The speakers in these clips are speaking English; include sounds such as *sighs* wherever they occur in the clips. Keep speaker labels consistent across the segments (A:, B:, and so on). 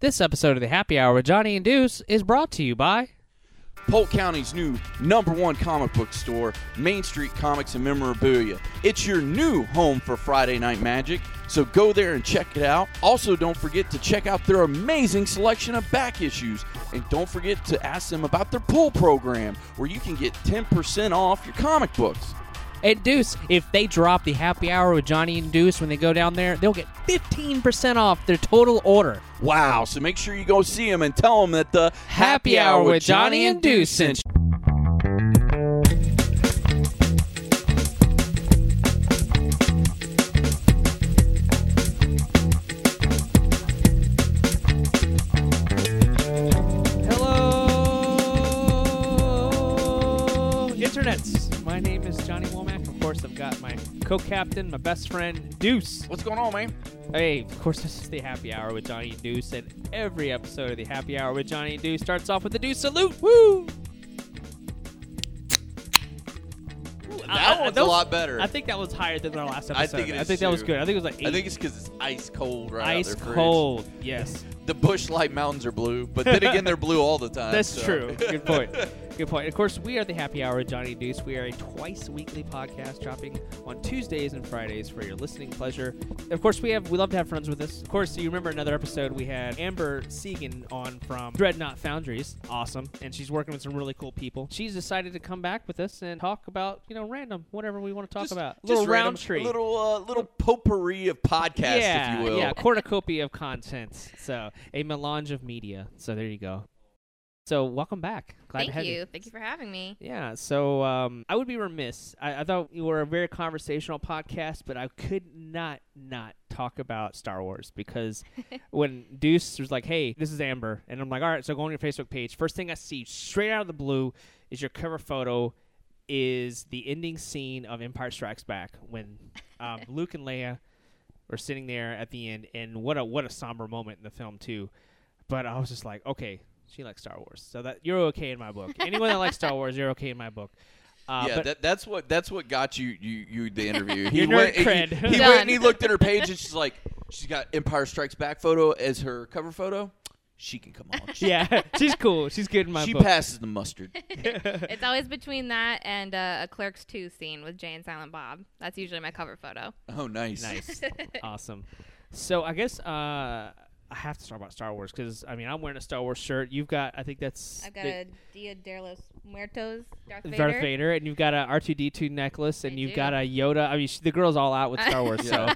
A: This episode of the Happy Hour with Johnny and Deuce is brought to you by
B: Polk County's new number one comic book store, Main Street Comics and Memorabilia. It's your new home for Friday Night Magic, so go there and check it out. Also, don't forget to check out their amazing selection of back issues. And don't forget to ask them about their pull program, where you can get 10% off your comic books.
A: And Deuce, if they drop the happy hour with Johnny and Deuce when they go down there, they'll get 15% off their total order.
B: Wow, so make sure you go see them and tell them that the
A: Happy Hour with Johnny and Deuce sent Hello, internets. My name is Johnny Womack. Of course, I've got my co-captain, my best friend, Deuce.
B: What's going on, man?
A: Hey, of course, this is the Happy Hour with Johnny and Deuce, and every episode of the Happy Hour with Johnny and Deuce starts off with the Deuce salute. Woo!
B: That
A: I- I-
B: one's
A: Uh, those-
B: a lot better.
A: I think that was higher than our last episode.
B: I think it is
A: that was
B: too.
A: good. I think it was like eight.
B: I think it's because it's ice cold right out
A: ice
B: of their fridge.
A: cold. Yes,
B: The bush light mountains are blue, but then again, they're blue
A: *laughs*
B: all the time.
A: that's
B: Uh, so.
A: true. Good
B: *laughs*
A: point. Good point. Of course, we are the Happy Hour with Johnny and Deuce. We are a twice weekly podcast dropping on Tuesdays and Fridays for your listening pleasure. Of course, we have we love to have friends with us. Of course, you remember another episode we had Amber Segan on from Dreadnought Foundries. Awesome, and she's working with some really cool people. She's decided to come back with us and talk about you know random whatever we want to talk
B: Just-
A: about.
B: just
A: little
B: random-
A: round tree.
B: little uh, little potpourri of podcast,
A: yeah,
B: if you will.
A: Yeah, cornucopia of content. So a melange of media. So there you go. So welcome back. Glad to have
C: Thank you. Thank you for having me.
A: Yeah, so um, I would be remiss. I, I thought you were a very conversational podcast, but I could not not talk about Star Wars because when Deuce was like, "Hey, this is Amber," and I'm like, "All right," so go on your Facebook page. First thing I see, straight out of the blue, is your cover photo is the ending scene of Empire Strikes Back when um, Luke and Leia are sitting there at the end, and what a what a somber moment in the film too. But I was just like, okay, she likes Star Wars, so that you're okay in my book. Anyone that likes Star Wars, you're okay in my book. Uh,
B: yeah,
A: but
B: that, that's what that's what got you you, you
A: *laughs*
B: the interview. He
A: Your nerd
B: went,
A: cred.
B: He, he went
C: Done.
B: and he looked at her page, and she's like, she's got Empire Strikes Back photo as her cover photo. She can come
A: *laughs*
B: on.
A: *laughs*
B: She,
A: yeah, she's cool. She's good in my
B: she
A: book.
B: passes the mustard.
A: *laughs*
C: It's always between that and uh, a Clerks 2 scene with Jay and Silent Bob. That's usually my cover photo.
B: Oh, nice.
A: Nice. awesome. So I guess uh, I have to talk about Star Wars because I mean I'm wearing a Star Wars shirt. You've got I think that's
C: I've got
A: the-
C: a Dia de los Muertos Darth Vader.
A: Darth Vader, and you've got a R2D2 necklace, and
C: I
A: you've
C: do.
A: got a Yoda. I mean, sh the girl's all
C: *laughs*
A: out with Star Wars, so
B: Yeah.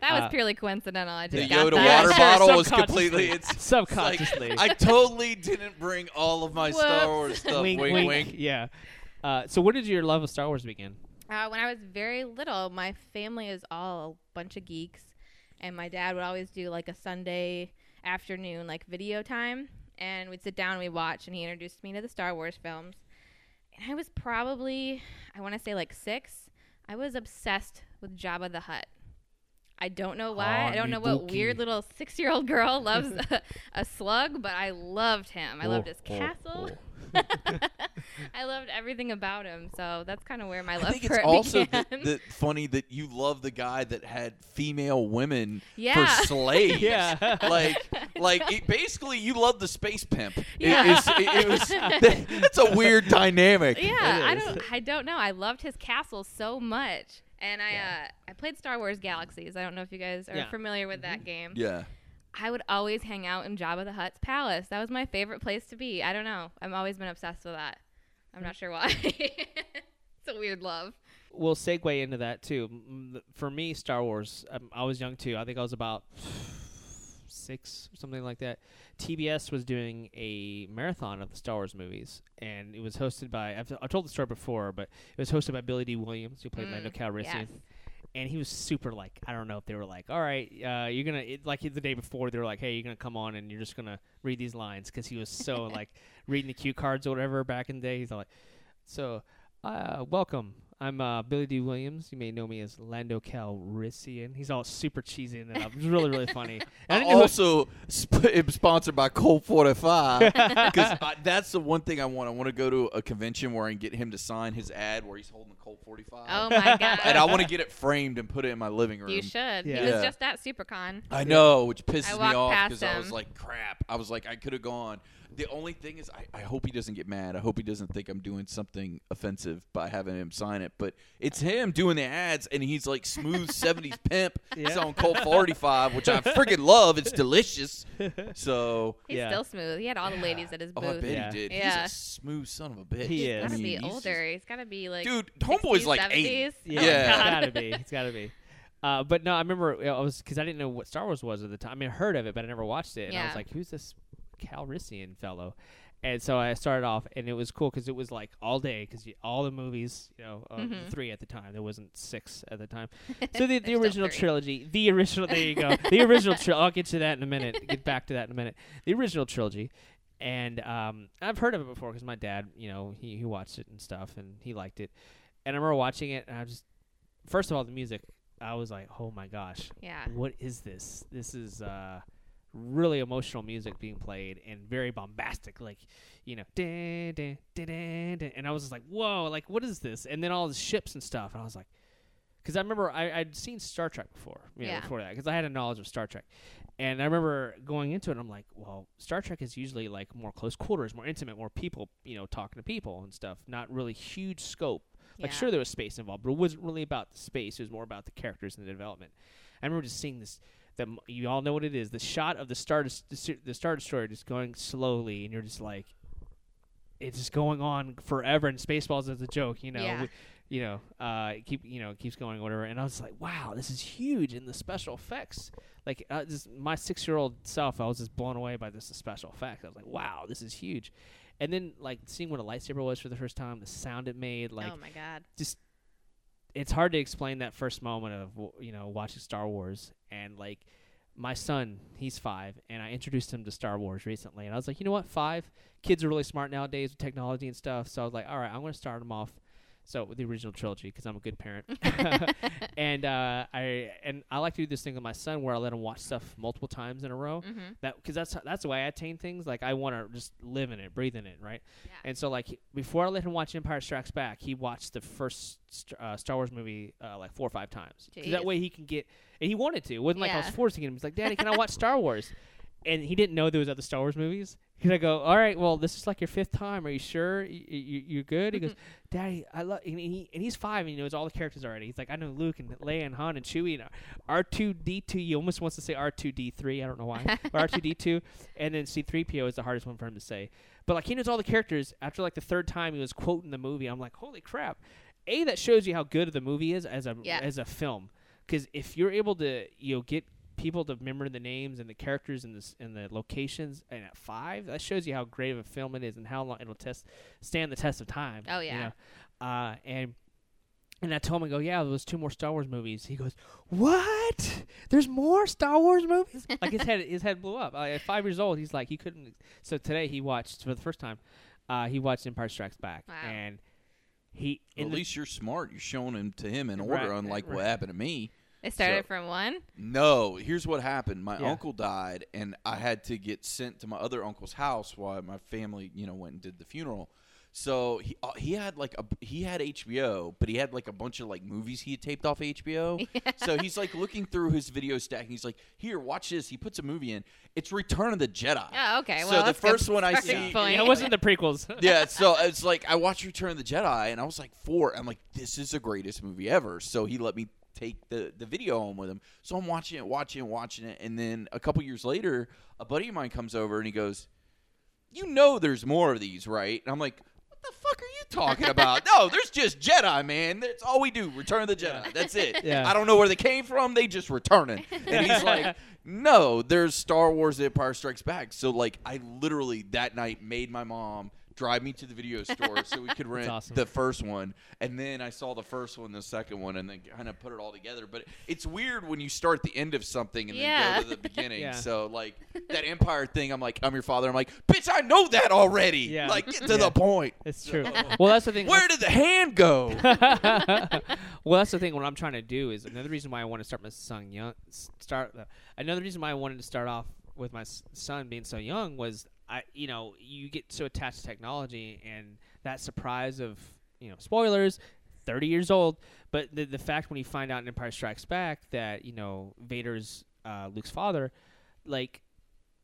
C: That was
A: Uh,
C: purely coincidental. I
B: The
C: just got
B: Yoda
C: that. *laughs*
B: water
A: Sure,
B: bottle was
A: subconsciously.
B: completely. It's it's
A: *laughs*
B: like, *laughs*
A: subconsciously,
B: I totally didn't bring all of my Star
A: *laughs*
C: Whoops.
B: Wars stuff.
A: wink,
B: wink,
A: wink, yeah. Uh, so, where did your love of Star Wars begin?
C: Uh, when I was very little, my family is all a bunch of geeks, and my dad would always do like a Sunday afternoon like video time, and we'd sit down and we'd watch, and he introduced me to the Star Wars films, and I was probably I want to say like six. I was obsessed with Jabba the Hutt. I don't know why. I don't know what
A: Hanubuki.
C: weird little *laughs*
B: *laughs*
C: six-year-old girl loves a, a slug, but I loved him. I loved his
A: Oh, oh,
C: castle.
A: oh.
C: I loved everything about him, so that's kind of where my love
B: I think
C: for
B: it's
C: it *laughs*
B: also
C: began.
B: th- th- funny that you love the guy that had female women
C: Yeah. *laughs*
B: for
A: *laughs*
B: slaves.
A: Yeah.
B: like like it, basically you love the space pimp. It-
C: Yeah.
B: it's- it- it
C: *laughs*
B: was- that's a weird dynamic.
C: yeah, I
A: is.
C: don't, I don't know. I loved his castle so much, and I,
A: Yeah.
C: uh, I played Star Wars Galaxies. I don't know if you guys are
A: Yeah.
C: familiar with that game.
B: Mm-hmm. Yeah.
C: I would always hang out in Jabba the Hutt's palace. That was my favorite place to be. I don't know. I've always been obsessed with that. I'm not sure why. *laughs* it's a weird love.
A: we'll segue into that too. M- th- For me, Star Wars. Um, I was young too. I think I was about six, something like that. TBS was doing a marathon of the Star Wars movies, and it was hosted by. I've, I've told the story before, but it was hosted by Billy D. Williams, who played
C: Mm,
A: Lando Calrissian.
C: yes.
A: And he was super like I don't know if they were like all right uh, you're gonna it, like the day before they were like hey you're gonna come on and you're just gonna read these lines because he was
C: *laughs*
A: so like reading the cue cards or whatever back in the day he's like so uh, welcome. I'm uh, Billy D. Williams. You may know me as Lando Calrissian. He's all super cheesy and up. It's really, really funny. And I didn't know who-
B: also sp- am sponsored by Colt 45 because that's the one thing I want. I want to go to a convention where I can get him to sign his ad where he's holding the Colt 45.
D: Oh my
B: *laughs* And I
D: god.
B: want to get it framed and put it in my living room.
D: You should.
A: Yeah.
D: He was
B: Yeah.
D: just at SuperCon.
B: I know, which
D: I
B: pisses me
D: walked
B: off
D: past
B: because I was
D: him.
B: like, crap. I was like, I could have gone. The only thing is, I, I hope he doesn't get mad. I hope he doesn't think I'm doing something offensive by having him sign it. But it's him doing the ads, and he's like
D: *laughs*
B: smooth 70s pimp. He's
A: Yeah.
B: on Colt 45, which I freaking love.
D: *laughs*
B: It's delicious. So,
D: He's
A: Yeah.
D: still smooth. He had all the ladies at his
B: oh,
D: booth.
B: I bet
A: Yeah.
B: he did.
D: Yeah.
B: He's a smooth son of a bitch.
A: He
D: He's
A: is.
D: gotta
B: I mean,
D: be
B: he's just-
D: older. He's gotta be like
B: dude, Homeboy's
D: 60s,
B: like 80.
D: 70s.
A: *laughs* Yeah,
D: Oh,
B: Yeah.
A: it's
D: God.
A: gotta be. It's gotta be. Uh, but no, I remember you know, I was because I didn't know what Star Wars was at the time. I mean, I heard of it, but I never watched it. And I was
D: Yeah.
A: like, "Who's this Calrissian fellow?" And so I started off, and it was cool because it was like all day because all the movies, you know, uh,
D: Mhm.
A: three at the time. There wasn't six at the time. *laughs* So the, the
D: There's still
A: original
D: three.
A: trilogy, the original. There you go.
D: *laughs*
A: The original trilogy. I'll get to that in a minute. Get back to that in a minute. The original trilogy, and um, I've heard of it before because my dad, you know, he he watched it and stuff, and he liked it. And I remember watching it, and I just, first of all, the music. I was like, oh my gosh,
D: Yeah.
A: what is this? This is uh, really emotional music being played and very bombastic, like you know, dun, dun, dun, dun, dun. and I was just like, whoa, like what is this? And then all the ships and stuff, and I was like, because I remember I, I'd seen Star Trek before, you know,
D: Yeah.
A: before that, because I had a knowledge of Star Trek, and I remember going into it, I'm like, well, Star Trek is usually like more close quarters, more intimate, more people, you know, talking to people and stuff, not really huge scope. Like
D: Yeah.
A: sure there was space involved, but it wasn't really about the space. It was more about the characters and the development. I remember just seeing this. That m- you all know what it is. The shot of the star, Des- the se- the star destroyer, just going slowly, and you're just like, it's just going on forever. And Spaceballs is a joke, you know.
D: Yeah.
A: We- you know, uh, it keep you know, it keeps going, whatever. And I was like, wow, this is huge. And the special effects, like uh, this, my six year old self, I was just blown away by this special effects. I was like, wow, this is huge. And then like seeing what a lightsaber was for the first time, the sound it made, like
D: oh my god.
A: just it's hard to explain that first moment of w- you know watching Star Wars and like my son he's five and I introduced him to Star Wars recently and I was like you know what five kids are really smart nowadays with technology and stuff so I was like all right I'm gonna start him off so with the original trilogy because I'm a good parent *laughs* and uh, I and I like to do this thing with my son where I let him watch stuff multiple times in a
B: oh.
A: row
C: Mm-hmm.
D: Mhm.
A: that because that's that's the way I attain things. Like I want to just live in it, breathe in it, right?
D: Yeah.
A: And so like he- before I let him watch Empire Strikes Back, he watched the first st- uh, Star Wars movie uh, like four or five times. 'Cause That
D: Jeez.
A: way he can get and he wanted to. It wasn't like I was
D: Yeah.
A: forcing him. He's like, Daddy, can I
D: *laughs*
A: watch Star Wars? And he didn't know there was other Star Wars movies. Because I go, all right, well, this is like your fifth time. Are you sure you, you, you're good? He goes,
D: Mm-hmm.
A: Daddy, I love. And, he, and he's five and he knows all the characters already. He's like, I know Luke and Leia and Han and Chewie and R two D two. He almost wants to say R two D three. I don't know why. R two D two, and then C three PO is the hardest one for him to say. But like he knows all the characters. After like the third time, he was quoting the movie. I'm like, holy crap! A that shows you how good the movie is as a
D: Yeah.
A: as a film. Because if you're able to you know get people to remember the names and the characters and the s- and the locations, and at five, that shows you how great of a film it is and how long it'll test stand the test of time.
D: Oh,
A: you
D: yeah.
A: know? Uh, and and I told him, I go, yeah, there was two more Star Wars movies. He goes, what? There's more Star Wars
D: *laughs*
A: movies? like his head, his head blew up. Like, at five years old, he's like, he couldn't. So today he watched for the first time. Uh, he watched Empire Strikes Back,
D: Wow.
A: and he
B: Well,
A: in
B: at
A: the,
B: least you're smart. You're showing him to him in
A: Right,
B: order, unlike what
A: right.
B: happened to me.
D: They started from one.
B: No, here's what happened. My
A: Yeah.
B: uncle died, and I had to get sent to my other uncle's house while my family, you know, went and did the funeral. So he uh, he had like a he had HBO, but he had like a bunch of like movies he had taped off HBO. So he's like looking through his video stack, and he's like, "Here, watch this." He puts a movie in. It's Return of the Jedi.
D: Oh, okay.
B: So
D: Well,
B: the
D: that's good
B: first one I
D: starting
B: see-
D: point.
A: yeah, it wasn't the prequels. *laughs*
B: yeah, so it's like I watched Return of the Jedi, and I was like four. I'm like, this is the greatest movie ever. So he let me take the the video home with him. So I'm watching it, watching it, watching it, and then a couple years later, a buddy of mine comes over and he goes, "You know, there's more of these, right?" And I'm like. "What The fuck are you talking about? No, there's just Jedi, man. That's all we do. Return of the Jedi. That's it.
A: Yeah.
B: I don't know where they came from. They just returning. And he's like, no, there's Star Wars The Empire Strikes Back. So, like, I literally that night made my mom drive me to the video store so
A: *laughs*
B: we could rent
A: awesome.
B: the first one. And then I saw the first one, the second one, and then kind of put it all together. But it's weird when you start the end of something and
D: Yeah.
B: then go to the beginning.
A: Yeah.
B: So like that Empire thing, I'm like, I'm your father. I'm like, bitch, I know that already.
A: Yeah.
B: Like get to
A: Yeah.
B: the point.
D: *laughs*
A: It's true. well, that's the thing.
B: Where did the
A: *laughs*
B: hand go?
A: well, that's the thing. What I'm trying to do is another reason why I want to start my son young. s- Start uh, another reason why I wanted to start off with my s- son being so young was I, you know, you get so attached to technology and that surprise of you know spoilers. 30 years old, but the, the fact when you find out in Empire Strikes Back that you know Vader's uh, Luke's father, like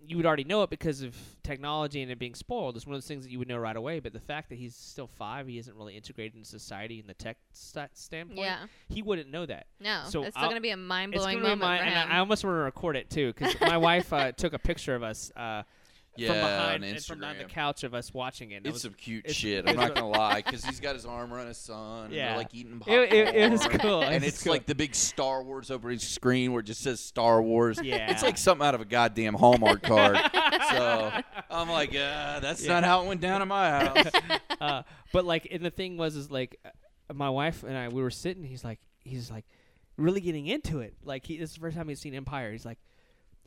A: you would already know it because of technology and it being spoiled. It's one of those things that you would know right away. But the fact that he's still five, he isn't really integrated in society in the tech st-
D: *laughs*
A: standpoint.
D: Yeah.
A: he wouldn't know that.
D: No.
A: So
D: it's
A: I'll-
D: still gonna be a mind
A: It's
D: blowing
A: gonna
D: moment
A: be my,
D: for
A: and
D: him.
A: I, I almost want to record it too because my
D: *laughs*
A: wife uh, took a picture of us uh,
B: yeah,
A: from behind
B: on Instagram.
A: and from behind the couch of us watching it. and it
B: It's
A: was-
B: *laughs* some cute
A: it's-
B: shit. I'm
A: it's
B: not
A: a-
B: gonna lie, because he's got his arm around his son. And
A: Yeah.
B: they're like eating
A: *laughs*
B: popcorn.
A: it, it, it was cool. It
B: And
A: was
B: it's
A: cool.
B: like the big Star Wars over his screen where it just says Star Wars.
A: Yeah.
B: It's like something out of a goddamn
A: *laughs*
B: Hallmark card. so I'm like, uh, that's
A: Yeah.
B: not how it went down in my
A: *laughs*
B: house.
A: uh, but like, and the thing was, is like, uh, my wife and I, we were sitting. He's like, he's like, really getting into it. Like, he this is the first time he's seen Empire. He's like,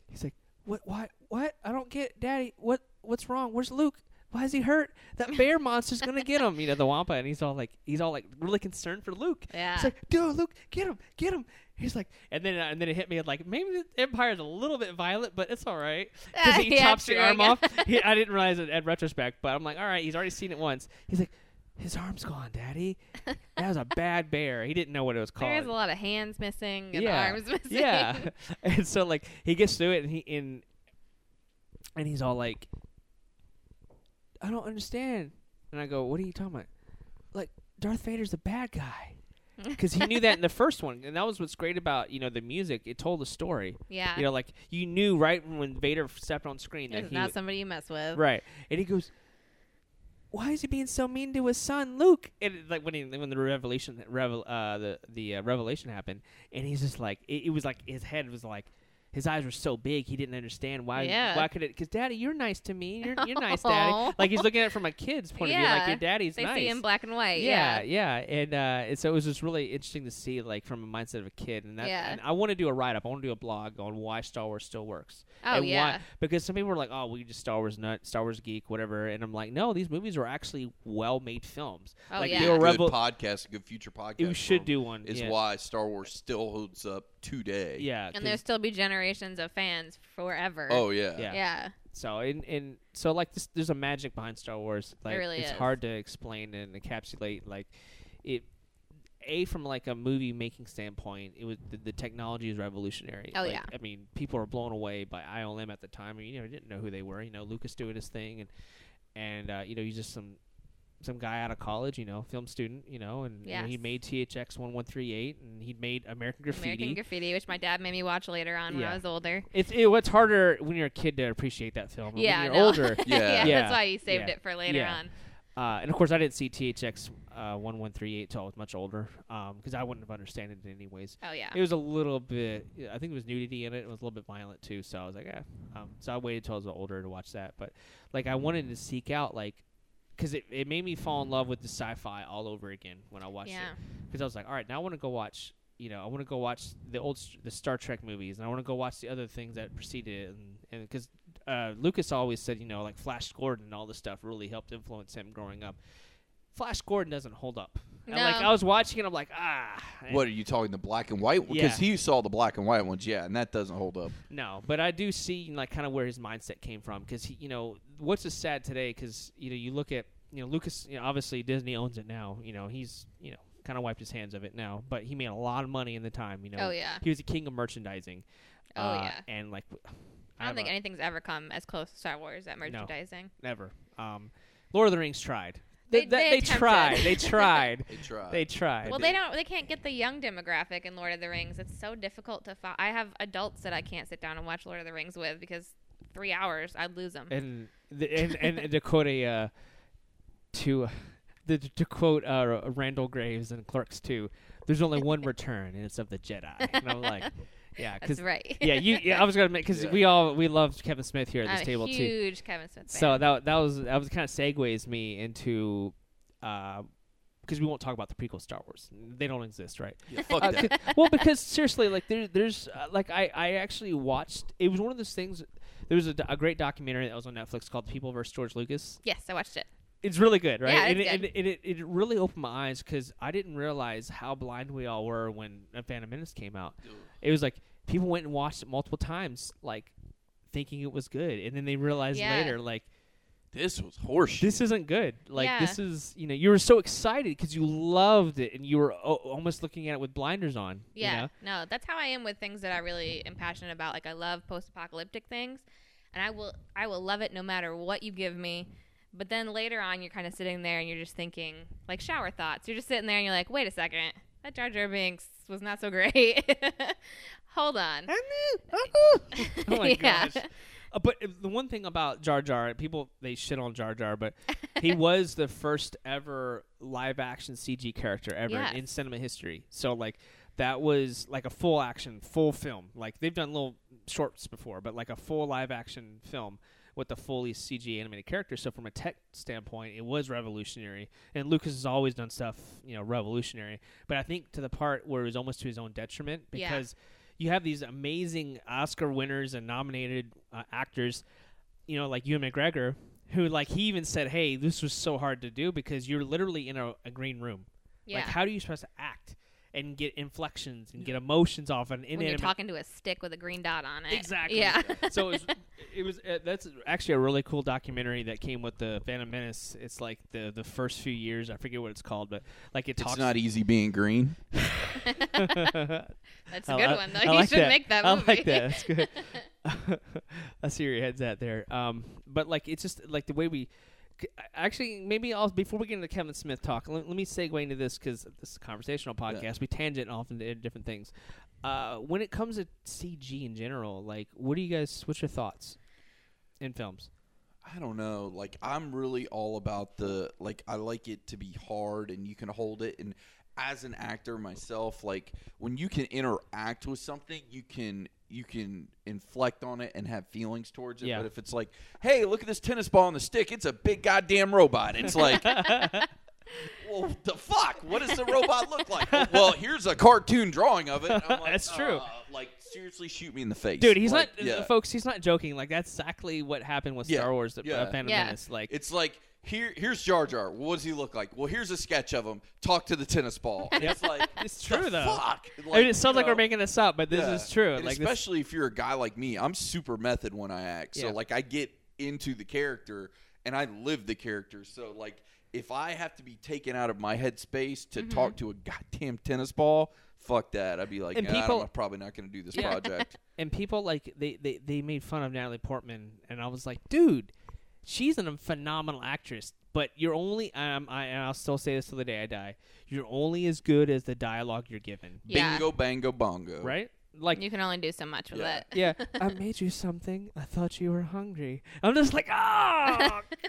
A: he's like, what, what, what? I don't get, it, Daddy. What, what's wrong? Where's Luke? Why is he hurt? That bear monster's gonna get him. You know the Wampa, and he's all like, he's all like really concerned for Luke.
D: yeah.
A: It's like, dude, Luke, get him, get him. He's like, and then and then it hit me like maybe the Empire's a little bit violent, but it's
D: *laughs*
A: all right because he
D: Yeah,
A: chops
D: true,
A: your
D: I
A: arm
D: guess.
A: off.
D: *laughs*
A: He, I didn't realize it at retrospect, but I'm like, all right, he's already seen it once. He's like, his arm's gone,
D: *laughs*
A: Daddy. That was a bad bear. He didn't know what it was called.
D: There's a lot of hands missing and
A: Yeah.
D: arms *laughs*
C: *laughs*
D: missing.
A: yeah, *laughs* and so like he gets through it, and he and and he's all like, I don't understand. And I go, What are you talking about? Like Darth Vader's a bad guy. because he knew that in the first one, and that was what's great about you know the music. It told a story.
D: yeah.
A: *laughs* You know, like you knew right when Vader stepped on screen that
D: It's
A: he
D: not
A: w-
D: somebody you mess with.
A: right, and he goes, "Why is he being so mean to his son, Luke?" And it- like when he, when the revelation revel, uh, the the uh, revelation happened, and he's just like it, it was like his head was like. His eyes were so big, he didn't understand why.
D: Yeah.
A: Why could it? Because, Daddy, you're nice to me. You're, you're nice,
D: *laughs*
A: Daddy.
D: Aw.
A: Like he's looking at it from a kid's point of view. Like
D: Yeah.
A: your daddy's
D: They
A: nice
D: see in black and white.
A: yeah,
D: Yeah.
A: yeah, and uh, and so it was just really interesting to see, like, from a mindset of a kid, and that.
D: Yeah.
A: And I want to do a write up. I want to do a blog on why Star Wars still works.
D: Oh,
A: and
D: yeah.
A: Why, because some people are like, "Oh, we just Star Wars nut, Star Wars geek, whatever," and I'm like, "No, these movies were actually well made films.
C: *laughs*
D: Oh,
A: like
D: yeah.
A: they
B: Good
A: were revel-
B: podcast, a good future podcast.
A: You should
B: for
A: do one.
B: Is
A: yeah.
B: why Star Wars still holds up today.
A: Yeah. 'cause-
D: And there'll still be generations of fans forever.
B: Oh yeah.
A: Yeah.
D: Yeah.
A: so and and so like this, there's a magic behind Star Wars. Like
D: really
A: it's
D: is.
A: hard to explain and encapsulate. Like it. A from like a movie making standpoint, it was the, the technology is revolutionary.
D: Oh,
A: Like,
D: yeah.
A: I mean, people are blown away by ILM at the time. I mean, you know, didn't know who they were. You know, Lucas doing his thing, and and uh, you know, he's just some some guy out of college. You know, film student. You know, and you know, he
D: Yes.
A: made THX one one three eight, and he'd made American Graffiti.
D: American Graffiti, which my dad made me watch later on when
A: Yeah.
D: I was older.
A: it's it, it's harder when you're a kid to appreciate that film. When
D: yeah.
A: you're
D: no. *laughs*
A: older,
B: Yeah.
A: Yeah.
D: That's why you saved
A: Yeah.
D: it for later
A: Yeah.
D: on.
A: Uh, and of course, I didn't see THX uh, one one three eight till I was much older, because I wouldn't have understood it anyways.
D: Oh yeah.
A: It was a little bit. I think it was nudity in it. It was a little bit violent too. So I was like, yeah. Um, so I waited till I was older to watch that. But like, I wanted to seek out like, because it, it made me fall in love with the sci-fi all over again when I watched
D: yeah.
A: it. Because I was like, all right, now I want to go watch. You know, I want to go watch the old st- the Star Trek movies, and I want to go watch the other things that preceded it, and because uh, Lucas always said, you know, like Flash Gordon and all this stuff really helped influence him growing up. Flash Gordon doesn't hold up. And, like
D: No.
A: I was watching it, I'm like, ah,
B: What are you talking the black and white?
A: Yeah.
B: Because he saw the black and white ones, yeah, and that doesn't hold up.
A: No, but I do see like kind of where his mindset came from because he, you know, what's is sad today because you know you look at you know Lucas, you know, obviously Disney owns it now. You know he's you know kind of wiped his hands of it now, but he made a lot of money in the time. You know,
D: Oh yeah.
A: he was the king of merchandising.
D: Oh,
A: uh,
D: yeah.
A: and like
D: I don't think
A: know,
D: anything's ever come as close to Star Wars at merchandising.
A: never. Um, Lord of the Rings tried.
D: They-
A: Th-
D: they
A: they
D: attempted.
A: tried.
D: *laughs*
A: They tried.
B: They tried.
A: They tried.
D: Well, they don't. They can't get the young demographic in Lord of the Rings. It's so difficult to. Fo- I have adults that I can't sit down and watch Lord of the Rings with because three hours I'd lose them.
A: and the, and and to quote a uh, to the, to quote uh,
C: *laughs*
A: Randall Graves and Clerks too, there's only one return and it's of the Jedi. And I'm like, Yeah,
C: That's
A: because
C: right.
A: yeah, you. Yeah, I was gonna make because
B: Yeah.
A: we all we love Kevin Smith here at this
C: I'm
A: table
C: a
A: too.
C: huge Kevin Smith fan.
A: So that that was that was kind of segues me into, because we won't talk about the prequel Star Wars. They don't exist, right?
B: Yeah, fuck
A: Uh,
B: that.
A: c- well, because seriously, like there, there's uh, like I, I actually watched. It was one of those things. There was a, do- a great documentary that was on Netflix called "People vs. George Lucas."
C: yes, I watched it.
A: It's really good, right?
C: Yeah,
A: and,
C: it's
A: it,
C: good.
A: and it, it it really opened my eyes because I didn't realize how blind we all were when A Phantom Menace came out. It was like people went and watched it multiple times, like thinking it was good, and then they realized
C: Yeah.
A: later, like
B: This was horseshit.
A: this isn't good. Like
C: Yeah.
A: this is, you know, you were so excited because you loved it and you were o- almost looking at it with blinders on. you
C: Yeah.
A: know?
C: No, that's how I am with things that I really am passionate about. Like I love post-apocalyptic things, and I will I will love it no matter what you give me. But then later on, you're kind of sitting there and you're just thinking like shower thoughts. You're just sitting there and you're like, wait a second, that Jar Jar Binks was not so great. *laughs* Hold on. *laughs*
A: *laughs* oh my
C: Yeah.
A: gosh. Uh, but uh, the one thing about Jar Jar, people they shit on Jar Jar, but he was the first ever live action CG character ever
C: Yes.
A: in cinema history. So like that was like a full action, full film. Like they've done little shorts before, but like a full live action film with a fully CG animated character. So from a tech standpoint, it was revolutionary. And Lucas has always done stuff, you know, revolutionary. But I think to the part where it was almost to his own detriment
C: Yeah.
A: because you have these amazing Oscar winners and nominated uh, actors, you know, like Ewan McGregor, who like he even said, "Hey, this was so hard to do because you're literally in a, a green room.
C: Yeah.
A: Like, how do you supposed to act and get inflections and get emotions off an
C: when you're
A: inanimate?"
C: talking to a stick with a green dot on it.
A: Exactly.
C: Eh, *laughs*
A: *laughs*
C: Yeah.
A: so it was, it was uh, that's actually a really cool documentary that came with the Phantom Menace. It's like the the first few years. I forget what it's called, but like it
B: It's
A: talks.
B: not easy being green.
A: *laughs*
C: That's
A: Oh, I
C: a good
A: li-
C: one though.
A: I
C: you
A: like
C: should
A: that.
C: make that
A: I
C: movie.
A: like that. That's good. *laughs* I see where your head's at there. Um, but like it's just like the way we. c- Actually, maybe I'll before we get into Kevin Smith talk. Let, let me segue into this because this is a conversational podcast. We tangent off into different things. Uh, when it comes to CG in general, like, what do you guys? What's your thoughts in films?
B: I don't know. Like I'm really all about the like I like it to be hard and you can hold it and as an actor myself, like when you can interact with something, you can you can inflect on it and have feelings towards it.
A: Yeah.
B: But if it's like, hey, look at this tennis ball on the stick, it's a big goddamn robot. It's
A: *laughs*
B: like Well what the fuck? What does the robot look like? "Oh, well, here's a cartoon drawing of it. And I'm like,
A: That's true.
B: "Uh, like seriously shoot me in the face.
A: Dude, he's
B: Like,
A: not, folks. He's not joking. Like that's exactly what happened with
B: Yeah.
A: Star Wars: The
B: Yeah.
A: uh, Phantom
C: Yeah.
A: Menace. Like,
B: It's like here here's Jar Jar. What does he look like? Well, here's a sketch of him. Talk to the tennis ball.
A: *laughs*
B: And It's like
A: It's true,
B: the
A: though.
B: Fuck.
A: I mean, it sounds
B: you
A: like we're
B: know,
A: making this up, but this
B: yeah.
A: is true.
B: And
A: like, this,
B: especially if you're a guy like me, I'm super method when I act. So
A: Yeah.
B: like I get into the character and I live the character. So like if I have to be taken out of my headspace
A: Mm-hmm.
B: to talk to a goddamn tennis ball, fuck that. I'd be like,
A: And
B: "Nah,
A: people-
B: I'm probably not going to do this
A: Yeah. *laughs*
B: project.
A: and people like they, they they made fun of Natalie Portman, and I was like, dude, she's a phenomenal actress. But you're only um, I and I'll still say this till the day I die. You're only as good as the dialogue you're given,
C: *laughs* Yeah.
B: Bingo, bango, bongo.
A: right? Like,
C: You can only do so much with
B: Yeah.
C: it.
A: *laughs*
C: *laughs*
A: yeah, I made you something. I thought you were hungry. I'm just like, oh
C: *laughs*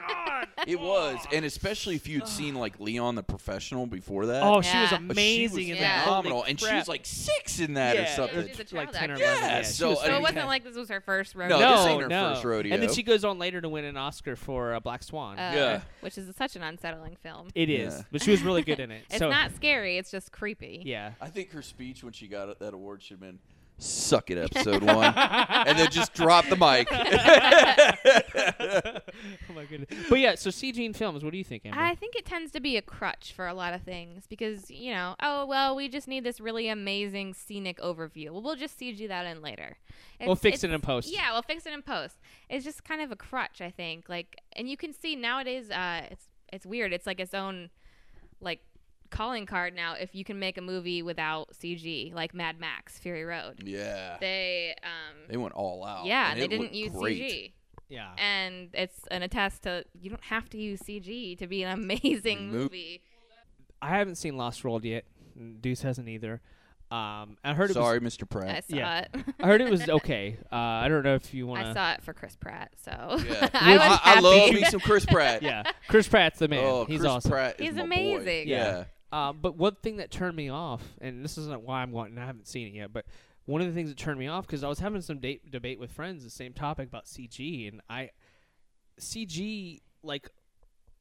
A: god,
B: It was, and especially if you'd seen like Leon the Professional before that.
A: Oh, she was
C: Yeah.
B: But she was
A: amazing in that.
C: Yeah.
A: Holy
B: phenomenal, and she
A: crap.
B: was like six in that
A: Yeah.
B: or
A: Yeah,
B: something.
C: She's a
A: like
C: child
A: ten or
C: actor.
A: eleven.
B: Yeah,
A: she
B: so,
A: was
B: I
C: So
B: mean,
C: it
A: fantastic.
C: wasn't like this was her first rodeo.
B: Oh, No,
A: no,
B: this ain't her
A: no.
B: first rodeo.
A: And then she goes on later to win an Oscar for uh, Black Swan.
C: Uh,
B: Yeah.
C: Which is such an unsettling film.
A: it is,
B: Yeah.
A: but she was really good in it.
C: *laughs* It's
A: so
C: not scary. It's just creepy.
A: yeah,
B: I think her speech when she got that award should have been
C: *laughs*
B: "Suck it, episode one," and
A: *laughs*
B: then just *laughs* drop the mic.
A: oh my goodness. But yeah, so CG in films. What do you think, Amber?
C: I think it tends to be a crutch for a lot of things because, you know, oh, well, we just need this really amazing scenic overview. Well, we'll just CG that in later.
A: we'll
C: It's-
A: fix it
C: it's-
A: in post.
C: Yeah, we'll fix it in post. It's just kind of a crutch, I think. Like, and you can see nowadays, uh, it's it's weird. It's like its own, like, calling card now. If you can make a movie without CG, like Mad Max: Fury Road,
B: yeah,
C: they um,
B: they went all out.
C: yeah,
B: and
C: they
B: it
C: didn't
B: looked
C: use
B: great.
C: CG,
A: Yeah.
C: and it's an attest to you don't have to use CG to be an amazing
B: Mo-
C: movie.
A: I haven't seen Lost World yet. Deuce hasn't either. Um, I heard
B: Sorry,
A: it
B: Mr.
C: I
B: Pratt.
C: saw
A: Yeah.
C: it. *laughs*
A: was. I heard it was okay. Uh, I don't know if you want
C: I
A: to.
C: saw it for Chris Pratt, so
B: Yeah.
C: *laughs* I was
B: I,
C: happy.
B: love me some Chris Pratt.
A: *laughs* Yeah, Chris Pratt's the man.
B: oh,
A: He's
B: Chris
A: awesome.
B: Pratt is
C: He's
B: my boy.
C: amazing.
A: Yeah.
B: Yeah.
A: Uh, but one thing that turned me off, and this isn't why I'm wanting, I haven't seen it yet, but one of the things that turned me off because I was having some date, debate with friends the same topic about CG and I CG like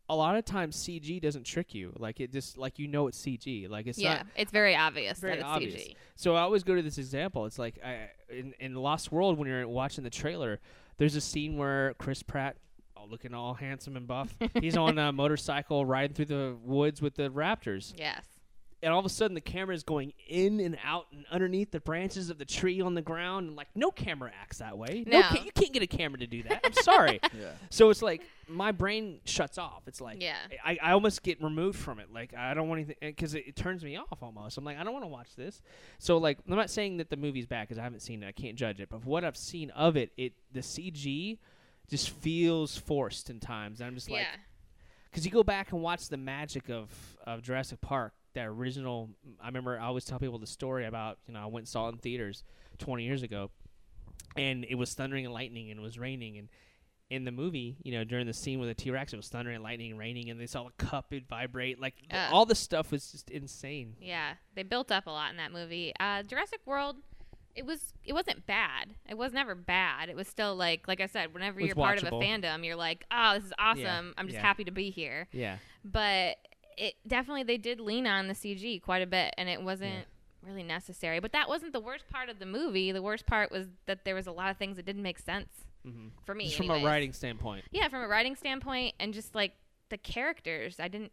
A: a lot of times CG doesn't trick you like it just like you know it's CG like it's
C: yeah,
A: not
C: it's very obvious
A: very
C: that it's
A: obvious.
C: CG.
A: so I always go to this example it's like I, in in Lost World when you're watching the trailer there's a scene where Chris Pratt all looking all handsome and buff he's on a motorcycle riding through the woods with the raptors
C: Yes.
A: and all of a sudden the camera is going in and out and underneath the branches of the tree on the ground and like no camera acts that way no,
C: No.
A: ca- you can't get a camera to do that i'm
C: *laughs*
A: sorry
B: Yeah.
A: so it's like my brain shuts off it's like
C: Yeah.
A: I, I almost get removed from it like i don't want anything because it, it turns me off almost i'm like i don't want to watch this so like i'm not saying that the movie's bad because i haven't seen it i can't judge it but what i've seen of it it the cg just feels forced in times and i'm just like
C: yeah.
A: because you go back and watch the magic of of Jurassic Park, that original. I remember I always tell people the story about you know I went and saw it in theaters 20 years ago, and it was thundering and lightning and it was raining and in the movie, you know, during the scene with the T Rex, it was thundering and lightning and raining, and they saw a cup it vibrate. Like th-
C: Yeah.
A: all the stuff was just insane.
C: Yeah, they built up a lot in that movie. Uh, Jurassic World, it was it wasn't bad. It was never bad. It was still like like I said, whenever
A: It was
C: you're part of a
A: watchable.
C: fandom, you're like, oh, this is awesome. I'm just
A: yeah.
C: happy to be here.
A: Yeah,
C: But it definitely they did lean on the CG quite a bit, and it wasn't. Really necessary, but that wasn't the worst part of the movie. The worst part was that there was a lot of things that didn't make sense
A: mm-hmm.
C: for me.
A: just from
C: anyways.
A: a writing standpoint.
C: yeah, from a writing standpoint, and just like the characters, I didn't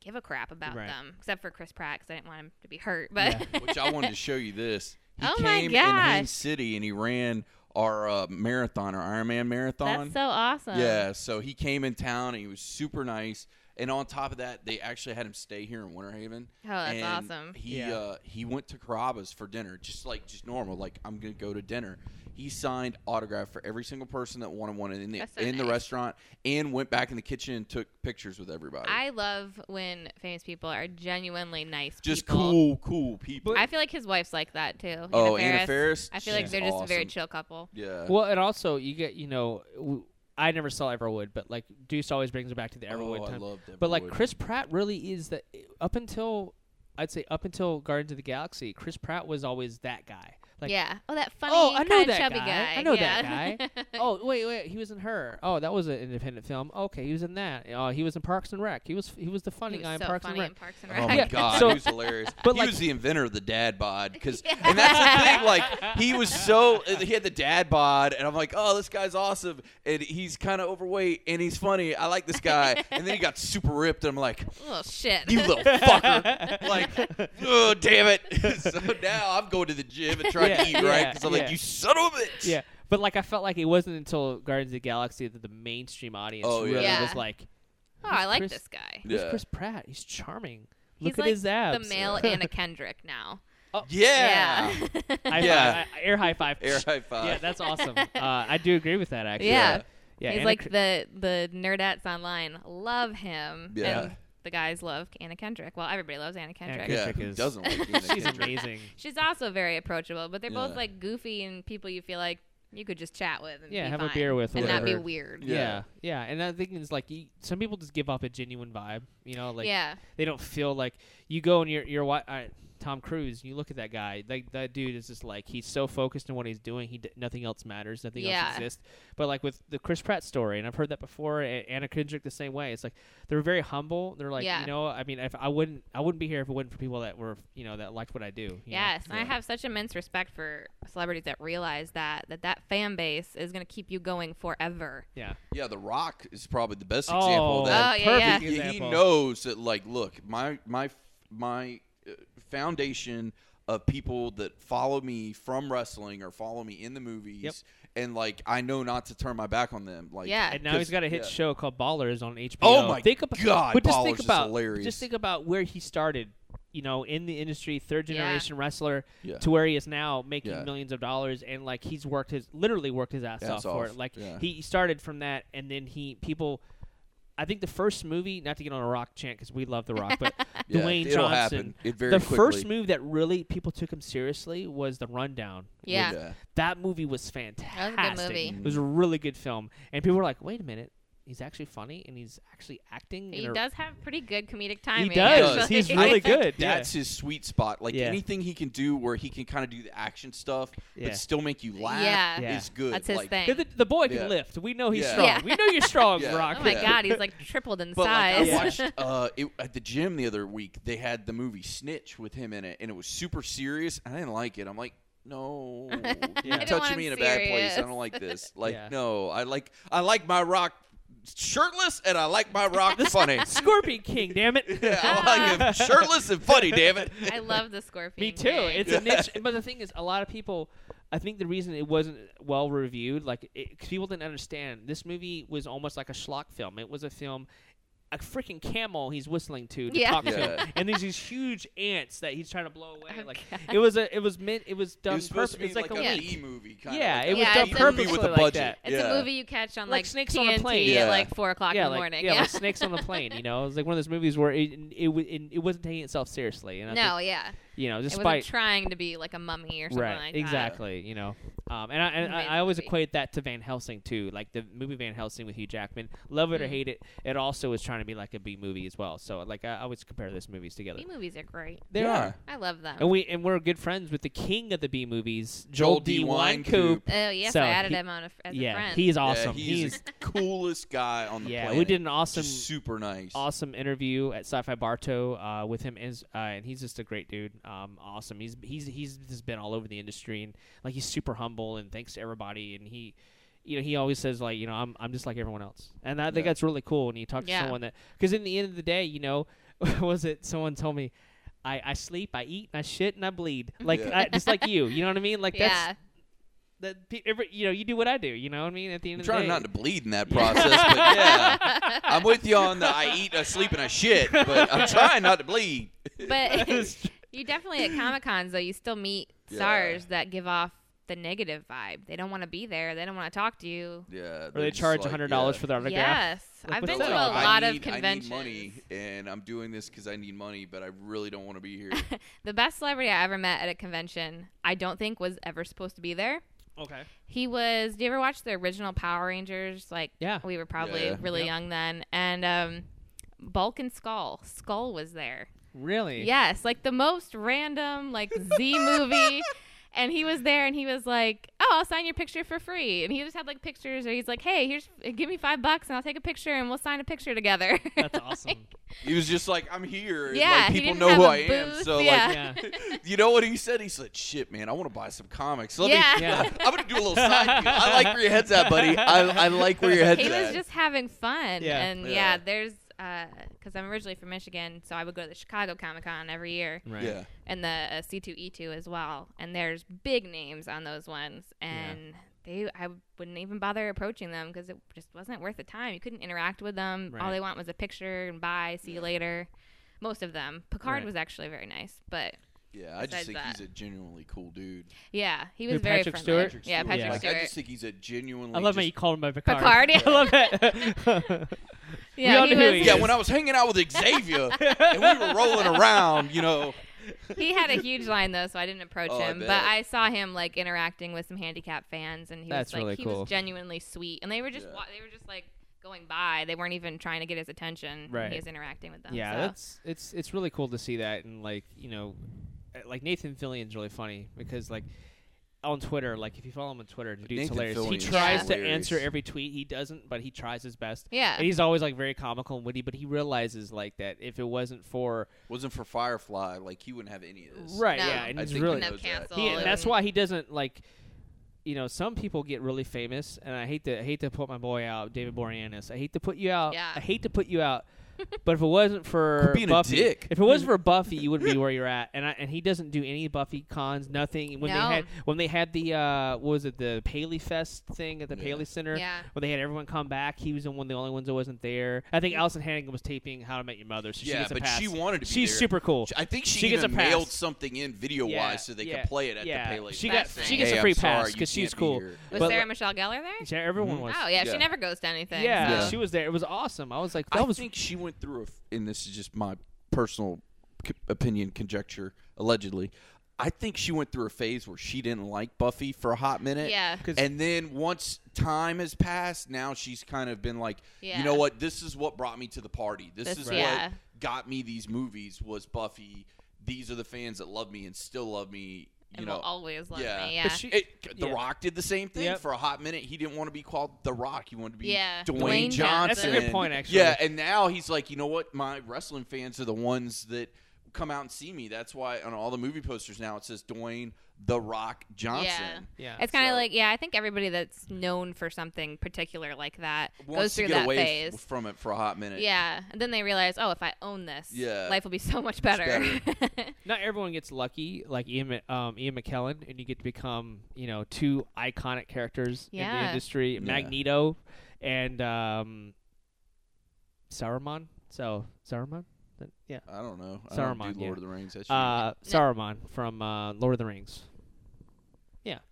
C: give a crap about
A: Right.
C: them except for Chris Pratt because I didn't want him to be hurt. *laughs* But
B: Which I wanted to show you this. He
C: *laughs* Oh my
B: came in Haines
C: gosh.
B: City and he ran our uh, marathon, our Ironman marathon.
C: That's so awesome.
B: Yeah, so he came in town and he was super nice. And on top of that, they actually had him stay here in Winter Haven.
C: Oh, that's
B: and
C: awesome.
B: He
A: Yeah.
B: uh, he went to Carrabba's for dinner, just like just normal. Like I'm gonna go to dinner. He signed autograph for every single person that wanted one in the
C: That's so
B: in the
C: nice.
B: restaurant, and went back in the kitchen and took pictures with everybody.
C: I love when famous people are genuinely nice.
B: just
C: people.
B: cool, cool people.
C: I feel like his wife's like that too. Anna
B: oh,
C: Faris.
B: Anna Ferris.
C: I feel like
B: she's
C: they're just a very
B: awesome.
C: chill couple.
B: Yeah.
A: Uh, Well, and also you get you know w- I never saw Everwood, but like Deuce always brings it back to the Everwood
B: oh,
A: time.
B: I loved
A: But like
B: Everwood.
A: Chris Pratt really is that up until I'd say up until Guardians of the Galaxy, Chris Pratt was always that guy. Like
C: yeah. Oh, that funny
A: Oh, I know
C: kind of
A: that
C: chubby
A: guy.
C: guy.
A: I know that
C: yeah. *laughs*
A: Oh wait, wait, he was in her. Oh, that was an independent film. Okay, he was in that. Oh, he was in Parks and Rec. He was he was the funny
C: he
A: guy
C: was
A: in
C: so
A: Parks
C: funny
A: and Rec.
C: in Parks and Rec.
B: Oh my
A: Yeah, *laughs*
B: god,
A: so-
B: he was hilarious.
A: but,
B: he
A: like-
B: was the inventor of the dad
A: *laughs*
B: bod because,
C: Yeah.
B: and that's the thing. Like he was so he had the dad bod, and I'm like, oh, this guy's awesome, and he's kind of overweight, and he's funny. I like this
A: *laughs*
B: guy, and then he got super ripped, and I'm like,
C: Oh shit.
B: you
C: *laughs*
B: little fucker, like, oh damn it. *laughs* so now I'm going to the gym and trying
A: Yeah,
B: to eat right
A: yeah,
B: because I'm
A: yeah.
B: like, you son of a bitch.
A: Yeah, but like I felt like it wasn't until Guardians of the Galaxy that the mainstream audience
B: Oh, yeah.
A: really
C: Yeah.
A: was like,
C: oh, I like
A: Chris-
C: this guy.
A: "Who's
B: Yeah.
A: Chris Pratt? He's charming. Look
C: He's
A: at
C: like
A: his abs." *laughs*
C: The male Anna Kendrick now.
B: Yeah.
A: I,
B: *laughs* Yeah.
A: I- I- air high five.
B: Air high five.
A: Yeah, that's
C: *laughs*
A: awesome. Uh, I do agree with that actually.
C: Yeah.
A: yeah.
C: He's
A: Anna
C: like
A: Cr-
C: the the nerdettes online love him.
B: Yeah.
C: And the guys love Anna Kendrick. Well, everybody loves Anna Kendrick.
A: Kendrick.
B: yeah. Who
A: is-
B: doesn't like Anna
A: *laughs* she's
B: Kendrick?
A: amazing.
C: *laughs* She's also very approachable, but they're both
B: Yeah.
C: like goofy and people you feel like you could just chat with. And
A: Yeah,
C: be
A: have a
C: fine
A: beer with or
C: and not be
A: whatever.
C: weird.
B: Yeah.
A: Yeah. yeah, And I think it's like you, some people just give up a genuine vibe. You know, like
C: yeah,
A: they don't feel like you go and you're you're wa- uh, Tom Cruise. You look at that guy. Like that dude is just like he's so focused on what he's doing. He d- nothing else matters. Nothing
C: Yeah.
A: else exists. But like with the Chris Pratt story, and I've heard that before. a- Anna Kendrick the same way. It's like they're very humble. They're like
C: Yeah.
A: you know. I mean, if I wouldn't I wouldn't be here if it wasn't for people that were you know that liked what I do. you know?
C: yes. and I
B: Yeah.
C: have such immense respect for celebrities that realize that that that fan base is going to keep you going forever.
A: Yeah.
B: Yeah, The Rock is probably the best example
A: Oh,
B: of that.
C: Oh, yeah, yeah.
A: perfect
B: he, he
A: example.
B: knows that like look my my my uh, foundation of people that follow me from wrestling or follow me in the movies
A: Yep.
B: and like i know not to turn my back on them like
C: Yeah.
A: And now he's
B: 'Cause-
A: got a hit
B: yeah.
A: show called Ballers on HBO.
B: Oh my
A: think about,
B: God,
A: But just
B: Ballers
A: think
B: is
A: about
B: hilarious.
A: just think about where he started. You know, in the industry, third
C: Yeah.
A: generation wrestler
B: Yeah.
A: to where he is now, making
B: Yeah.
A: millions of dollars, and like he's worked his literally worked his ass,
B: Ass
A: off, for
B: off,
A: it. Like
B: yeah.
A: he started from that, and then he people. I think the first movie, not to get on a rock chant because we love the Rock,
C: *laughs*
A: but
B: yeah,
A: Dwayne
B: it'll
A: Johnson.
B: happen it very
A: the
B: quickly
A: first move that really people took him seriously was the Rundown.
C: Yeah.
A: That movie was fantastic.
C: That was a good movie.
A: It was a really good film, and people were like, "Wait a minute, He's actually funny and he's actually acting.
C: He
A: in a-
C: does have pretty good comedic timing.
A: does.
C: actually.
A: He's
B: I
A: really
C: *laughs*
B: think
A: good, yeah.
B: That's his sweet spot. Like
A: Yeah.
B: anything he can do where he can kind of do the action stuff
A: Yeah.
B: but still make you laugh
C: Yeah.
A: Yeah.
B: is good.
C: That's his
B: like,
C: thing.
A: 'Cause The, the boy can
B: Yeah.
A: lift. We know he's
B: Yeah.
A: strong.
C: Yeah.
A: We know
B: *laughs*
A: you're strong,
B: Yeah.
A: Rock.
C: Oh my
B: Yeah.
C: god,
A: *laughs*
C: he's like tripled in
B: But
C: size.
B: like I watched uh, it, at the gym the other week, they had the movie Snitch with him in it, and it was super serious. and I didn't like it. I'm like, no,
A: Yeah. I
B: you're
A: don't
B: touching
C: want
B: me in
C: him
B: a bad place.
C: serious.
B: I don't
A: *laughs*
B: like this. Like,
A: Yeah.
B: no, I like I like my rock shirtless, and I like my
A: *laughs*
B: rock funny.
A: Scorpion King, damn it.
B: *laughs* yeah, I like
A: *laughs*
B: him
C: *laughs*
B: shirtless and funny. Damn it.
C: I love the scorpion.
A: Me too.
C: gang.
A: It's a niche, but the thing is, a lot of people. I think the reason it wasn't well reviewed, like, it, 'cause people didn't understand. This movie was almost like a schlock film. It was a film, a freaking camel he's whistling to, to
C: Yeah.
A: talk
B: Yeah.
A: to, and there's these huge ants that he's trying to blow away.
C: Oh,
A: like,
C: God.
A: it was a, it was meant, it was done
B: it was supposed to
A: purpose-
B: be
A: It's like,
B: a
A: a
B: B
A: leak.
B: movie kind
A: Yeah,
B: of.
A: it was
C: Yeah,
A: done
C: it's a movie
A: purposely
B: with a
A: like
B: budget.
A: that.
C: It's
B: Yeah.
C: a movie you catch on
A: Like
C: like,
A: Snakes on a
C: TNT
A: Plane.
B: Yeah.
C: at like four o'clock
A: yeah,
C: in the
A: like,
C: morning. *laughs*
A: yeah, like snakes on the plane. You know, it was like one of those movies where it it, wa- it, it wasn't taking itself seriously. And I
C: no,
A: think,
C: yeah.
A: you know,
C: It
A: despite
C: wasn't trying to be like a mummy or something
A: right,
C: like that.
A: exactly. You know, um, and I and I,
C: Amazing
A: I always
C: movie.
A: equate that to Van Helsing too, like the movie Van Helsing with Hugh Jackman. Love it or
C: Mm.
A: hate it, it also is trying to be like a B movie as well. So like I, I always compare those movies together.
C: B movies are great.
A: They
B: Yeah.
A: are,
C: I love them.
A: and we and we're good friends with the king of the B movies, Joel,
B: Joel D.
A: D.
B: Winecoop.
A: Winecoop.
C: oh yes,
A: So
C: I added
A: he-
C: him on a, as a
A: Yeah,
C: friend.
A: he's
B: Yeah,
A: awesome.
B: he's the coolest guy on the
A: yeah.
B: planet.
A: We did an awesome.
B: Just super nice.
A: awesome interview at Sci-Fi Barto uh, with him is, uh, and he's just a great dude. Um, awesome. He's he's he's just been all over the industry and like he's super humble and thanks to everybody and he. You know, he always says like, you know, I'm I'm just like everyone else, and I think
B: Yeah.
A: that's really cool when you talk to
C: Yeah.
A: someone that, because in the end of the day, you know, *laughs* was it someone told me, I, I sleep, I eat, and I shit, and I bleed, like
B: Yeah.
A: I, just like you, you know what I mean? Like
C: yeah.
A: that's that pe- every, you know, you do what I do, you know what I mean? At the end
B: I'm
A: of the day,
B: trying not to bleed in that process, *laughs*
C: *laughs*
B: but yeah. I'm with you on the I eat, I sleep, and I shit, but
C: *laughs*
B: I'm trying not to bleed.
C: but *laughs* you definitely at Comic Cons though, you still meet
B: Yeah.
C: stars that give off the negative vibe. They don't want to be there. They don't want to talk to you.
B: Yeah.
A: or *laughs* they charge hundred dollars for the autograph.
C: Yes,
A: Like,
C: I've
A: what's
C: been
A: that
C: to a
A: all about?
C: lot
B: I
C: of
B: need,
C: conventions.
B: I need money, and I'm doing this because I need money, but I really don't want to be here.
C: The best celebrity I ever met at a convention, I don't think was ever supposed to be there.
A: Okay.
C: He was. Do you ever watch the original Power Rangers? Like,
A: Yeah.
C: we were probably
B: Yeah.
C: really
A: Yep.
C: young then, and um, Bulk and Skull, Skull was there.
A: Really?
C: Yes, like the most random like
A: *laughs*
C: Z movie. And he was there, and he was like, "Oh, I'll sign your picture for free." And he just had like pictures, or he's like, "Hey, here's give me five bucks, and I'll take a picture, and we'll sign a picture together."
A: That's awesome.
B: he was just like, I'm here. and,
C: Yeah,
B: like,
C: he
B: people
C: didn't
B: know
C: have
B: who
C: a
B: I am.
C: booth,
B: So,
C: yeah.
A: yeah.
B: like, *laughs* you know what he said? He said, shit, man, I want to buy some comics. Let
C: Yeah.
B: me, *laughs*
A: Yeah.
B: I'm going to do a little sign. to you. I like where your head's at, buddy. I, I like where your head's
C: *laughs* *laughs* he
B: at.
C: was just having fun,
A: Yeah.
C: and yeah,
B: Yeah.
C: there's because I'm originally from Michigan, so I would go to the Chicago Comic Con every year,
A: Right.
B: yeah.
C: and the uh, C2E2 as well. And there's big names on those ones, and they I wouldn't even bother approaching them because it just wasn't worth the time. You couldn't interact with them.
A: Right.
C: All they want was a picture and bye, see you later. Most of them. Picard
A: Right.
C: was actually very nice, but
B: Yeah, I just
C: Besides
B: think
C: that.
B: he's a genuinely cool dude.
C: yeah, he
A: Who,
C: was very
A: Patrick
C: friendly.
A: Stewart?
C: Yeah, Patrick
B: like,
C: Stewart.
B: I just think he's a genuinely.
A: I love how
B: just-
A: you call him by Picard.
C: Picard, yeah.
A: *laughs* I love that.
C: *laughs* yeah,
A: all
C: he
A: knew
C: was,
A: he
B: Yeah, when I was hanging out with Xavier
A: *laughs*
B: and we were rolling around, you know.
C: he had a huge line though, so I didn't approach
B: Oh, I
C: him. but
B: bet.
C: I saw him like interacting with some handicap fans, and he
A: That's
C: was like,
A: really
C: he
A: cool.
C: was genuinely sweet, and they were just
B: Yeah.
C: wa- they were just like going by. They weren't even trying to get his attention. when
A: Right.
C: He was interacting with them.
A: yeah,
C: so.
A: that's it's it's really cool to see that and like you know, uh, like Nathan Fillion's really funny because like on Twitter, like if you follow him on Twitter, the dude's
B: Nathan
A: hilarious. he
B: Fillion's
A: tries to
B: hilarious.
A: answer every tweet. He doesn't, but he tries his best.
C: yeah.
A: And he's always like very comical and witty, but he realizes like that if it wasn't for
B: Wasn't for Firefly, like he wouldn't have any of this.
A: right,
C: No.
A: yeah, and
B: I
A: he's
B: think
A: really
B: he
C: Wouldn't
B: knows
C: have
B: that.
A: He,
C: all
A: and
C: in.
A: that's why he doesn't like. You know, some people get really famous, and I hate to I hate to put my boy out, David Boreanaz. I hate to put you out.
C: Yeah.
A: I hate to put you out. but if it wasn't for
B: *laughs* Quit being a
A: Buffy,
B: dick.
A: if it wasn't
B: *laughs*
A: for Buffy, you would be where you're at. And I, and he doesn't do any Buffy cons, nothing. When
C: No.
A: they had when they had the uh, what was it the Paley Fest thing at the
B: Yeah.
A: Paley Center.
C: Yeah.
A: When they had everyone come back, he was the one, the only ones that wasn't there. I think Allison Hannigan was taping How to Met Your Mother, so she
B: Yeah,
A: gets a
B: but
A: pass.
B: she wanted to be
A: She's
B: there.
A: super cool.
B: I think she,
A: She gets
B: even
A: a pass.
B: mailed something in video wise
A: Yeah,
B: so they
A: yeah,
B: could play it at
A: yeah.
B: the Paley.
A: She
C: got-
B: Fest.
C: she
B: Hey,
A: gets a
B: I'm
A: free
B: sorry,
A: pass
B: you
A: 'cause she's
B: can't be
A: cool.
B: here.
C: was
A: but
C: Sarah
A: like-
C: Michelle Gellar there?
A: Yeah, everyone was.
C: Oh yeah,
B: Yeah.
C: she never goes to anything.
A: Yeah,
B: Yeah.
C: so-
A: she was there. It was awesome. I was like, that
B: I
A: was
B: think she went through a, f- and this is just my personal c- opinion conjecture allegedly. I think she went through a phase where she didn't like Buffy for a hot minute.
D: yeah.
A: 'Cause-
B: And then once time has passed, now she's kind of been like, you
D: Yeah.
B: know what? This is what brought me to the party. This,
D: This-
B: is
D: yeah.
B: what got me these movies was Buffy. These are the fans that love me and still love me. You
D: And
B: know,
D: will always love
B: yeah.
D: me.
A: But
D: Yeah.
A: she-
B: It, the
A: Yeah.
B: Rock did the same thing
A: Yep.
B: for a hot minute. He didn't want to be called The Rock. He wanted to be
D: Yeah.
B: Dwayne,
D: Dwayne
B: Johnson.
D: That's a good
A: point, actually.
B: Yeah, and now he's like, you know what? My wrestling fans are the ones that come out and see me. That's why on all the movie posters now it says Dwayne The Rock Johnson.
A: Yeah.
C: It's kind of
B: So-
C: like yeah, I think everybody that's known for something particular like that goes
B: Wants to
C: through
B: get
C: that
B: away f-
C: phase.
B: from it for a hot minute.
C: yeah, and then they realize, oh, if I own this,
B: Yeah.
C: life will be so much better. *laughs*
A: Not everyone gets lucky like Ian, Mc- um, Ian McKellen, and you get to become you know two iconic characters in the
C: Yeah.
A: industry,
B: Yeah.
A: Magneto and um, Saruman. So Saruman, Th- yeah,
B: I don't know. I don't do
A: Saruman,
B: Lord
A: yeah.
B: of the Rings. That's right.
A: uh, Saruman from uh, Lord of the Rings.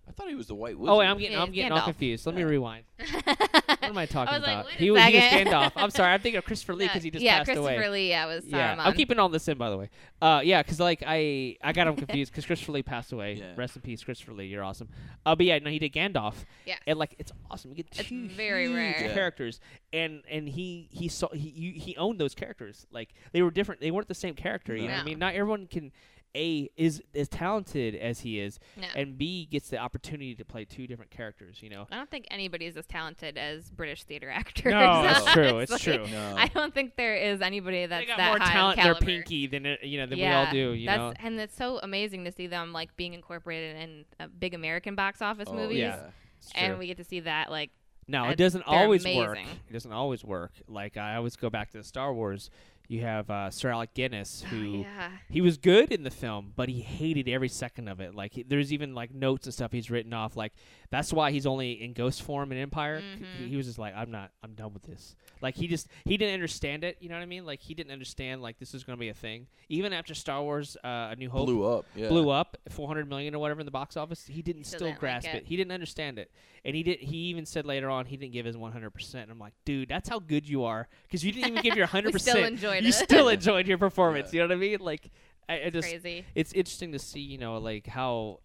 B: I thought he was the White Wizard.
A: Oh, wait, I'm getting
C: Yeah,
A: I'm getting all
C: Gandalf. Uh,
A: confused. Let me
B: Yeah.
A: rewind. What am
C: *laughs*
A: I talking
C: was like,
A: about?
C: wait a
A: he was he was
C: second.
A: Gandalf. I'm sorry. I'm thinking
C: *laughs*
A: of Christopher Lee because he just
C: yeah,
A: passed
C: Christopher
A: away.
C: Lee, yeah, was um,
A: Yeah,
C: Saruman.
A: I'm keeping all this in, by the way. Uh, yeah, because like I, I
C: *laughs*
A: got him confused because Christopher Lee passed away.
B: Yeah.
A: Rest in peace, Christopher Lee. You're awesome. Uh, but yeah, no, he did Gandalf,
C: Yes.
A: and like it's awesome. You get
C: It's
A: two
C: very
A: huge
C: rare.
B: Yeah.
A: characters, and and he he saw he you, he owned those characters. Like they were different. They weren't the same character. You know what I
C: No.
A: mean? Not everyone can. A is as talented as he is,
C: No.
A: and B gets the opportunity to play two different characters. You know,
C: I don't think anybody's as talented as British theater actors. *laughs*
A: No,
B: that's
A: true, it's
C: honestly.
A: true.
B: *laughs* No.
C: *laughs* I don't think there is anybody that's
A: they got
C: that
A: more
C: high
A: talent
C: in
A: in their
C: caliber.
A: pinky than uh, you know than we
C: yeah,
A: all do. You
C: that's,
A: know,
C: and it's so amazing to see them like being incorporated in uh, big American box office
B: Oh,
C: movies,
A: Yeah. It's true.
C: and we get to see that like
A: No,
C: I-
A: it doesn't
C: they're
A: always work.
C: amazing.
A: It doesn't always work. Like I always go back to the Star Wars. You have uh, Sir Alec Guinness, who
C: Oh, *sighs* yeah.
A: he was good in the film, but he hated every second of it. Like he- there's even like notes and stuff he's written off. Like that's why he's only in ghost form in Empire. He-
C: Mhm.
A: He was just like, I'm not. I'm done with this. Like he just he didn't understand it. You know what I mean? Like he didn't understand like this was gonna be a thing. Even after Star Wars, uh, A New Hope
B: Blew up. Yeah.
A: blew up 400 million or whatever in the box office he didn't
C: still
A: still
C: didn't like
A: grasp
C: it.
A: it. he didn't understand it and he did he even said later on he didn't give his 100% and i'm like dude that's how good you are because you didn't even give your
C: *laughs*
A: 100%
C: enjoyed
A: you
C: it. *laughs*
A: still enjoyed your performance you know what i mean like i, I just
C: crazy.
A: it's interesting to see you know like how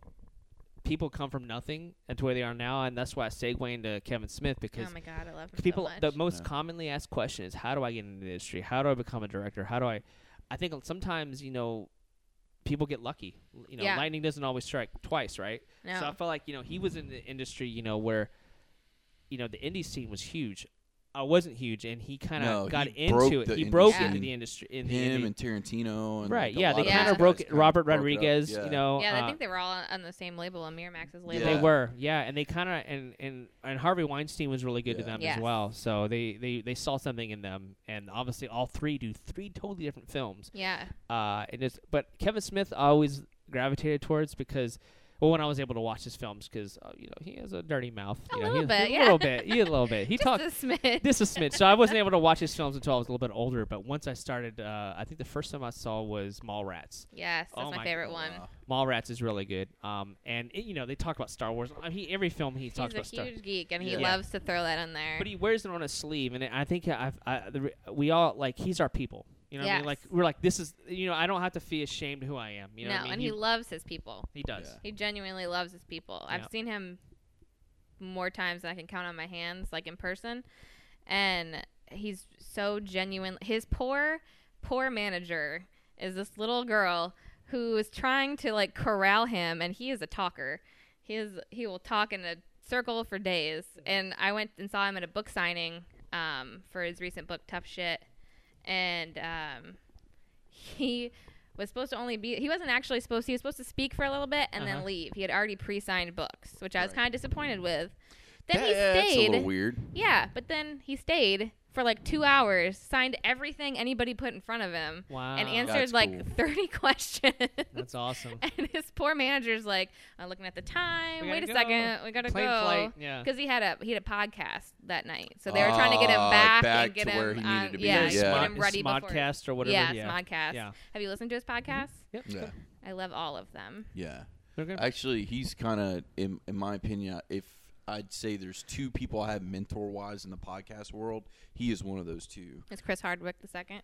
A: people come from nothing and to where they are now and that's why i segue into kevin smith
D: Oh
A: because
D: my god, I love him
A: people
D: so much.
A: the most
B: Yeah.
A: commonly asked question is how do i get into the industry how do i become a director how do i i think sometimes you know people get lucky L- you know
D: Yeah.
A: lightning doesn't always strike twice right
D: no.
A: so i felt like you know he was in the industry you know where you know the indie scene was huge i wasn't huge and he kind of
B: No,
A: got
B: he
A: into
B: broke
A: it
B: the
A: he broke
B: industry.
A: into the industry in the
B: him
A: indie-
B: and Tarantino. And
A: right
B: like, a
A: yeah
B: lot
A: they
B: those
A: kind
C: guys
A: of broke
B: kinda
A: robert
B: broke it up.
A: rodriguez
B: Yeah.
A: you know
C: Yeah,
A: uh,
C: I think they were all on- on the same label, on Miramax's label.
A: They
B: Yeah.
A: were, yeah, and they kind of and, and and Harvey Weinstein was really good to
B: Yeah.
A: them
D: Yes.
A: as well. So they, they they saw something in them, and obviously all three do three totally different films.
C: Yeah,
A: Uh, and it's but Kevin Smith I always gravitated towards because well when I was able to watch his films because uh, you know he has a dirty mouth,
C: A
A: you know,
C: little
A: he-
C: bit,
A: a
C: yeah.
A: little bit, he a little bit. He talks
C: *laughs* just a smidge.
A: this is Smith. So I wasn't able to watch his films until I was a little bit older. But once I started, uh, I think the first time I saw was Mallrats.
C: Yes, that's
A: Oh
C: my,
A: my
C: favorite
B: Wow.
C: one.
A: Mallrats is really good. Um, and it, you know they talk about Star Wars. I mean, every film he talks
C: He's a
A: about Star.
C: huge geek, and he
A: Yeah.
C: loves to throw that in there.
A: But he wears it on his sleeve, and I think I've, I, the, re- we all like he's our people. You know, what I mean,
C: Yes.
A: like we're like this is you know I don't have to feel ashamed who I am. You know,
C: no,
A: what I mean?
C: and he, loves his people.
A: he does.
B: Yeah.
C: He genuinely loves his people.
A: Yeah.
C: I've seen him more times than I can count on my hands, like in person, and he's so genuine. His poor, poor manager is this little girl who is trying to like corral him, and he is a talker. He is he will talk in a circle for days. And I went and saw him at a book signing um, for his recent book, Tough Shit, and um, he was supposed to only be he wasn't actually supposed he was supposed to speak for a little bit and
A: Uh-huh.
C: then leave. He had already pre-signed books, which I was
B: Right.
C: kind of disappointed with. Then he
B: That- That's a
C: stayed.
B: little weird.
C: Yeah, but then he stayed for like two hours, signed everything anybody put in front of him,
A: Wow,
C: and *laughs* answered
B: Oh, That's
C: like
B: cool.
C: 30 questions. *laughs*
A: that's awesome.
C: and his poor manager's like, I'm looking at the time.
A: We
C: Wait a
A: gotta go.
C: second, we gotta
A: Plane
C: go.
A: flight, yeah.
C: Because he had a he had a podcast that night, so they were trying to get him
B: Ah,
C: back,
B: back
C: and get
B: to
C: him
B: where he needed
C: on-
B: to be.
C: yeah,
B: Yeah.
C: get
A: Smod-
C: him ready before.
A: Smodcast or whatever.
C: yeah,
A: yeah.
C: Smodcast.
A: Yeah.
C: Have you listened to his podcast?
A: Yep.
C: *laughs*
B: Yeah.
C: I love all of them.
B: Yeah.
A: They're good.
B: Actually, he's kind of, in, in my opinion, if I'd say there's two people I have mentor wise in the podcast world, he is one of those two.
C: Is Chris Hardwick the second?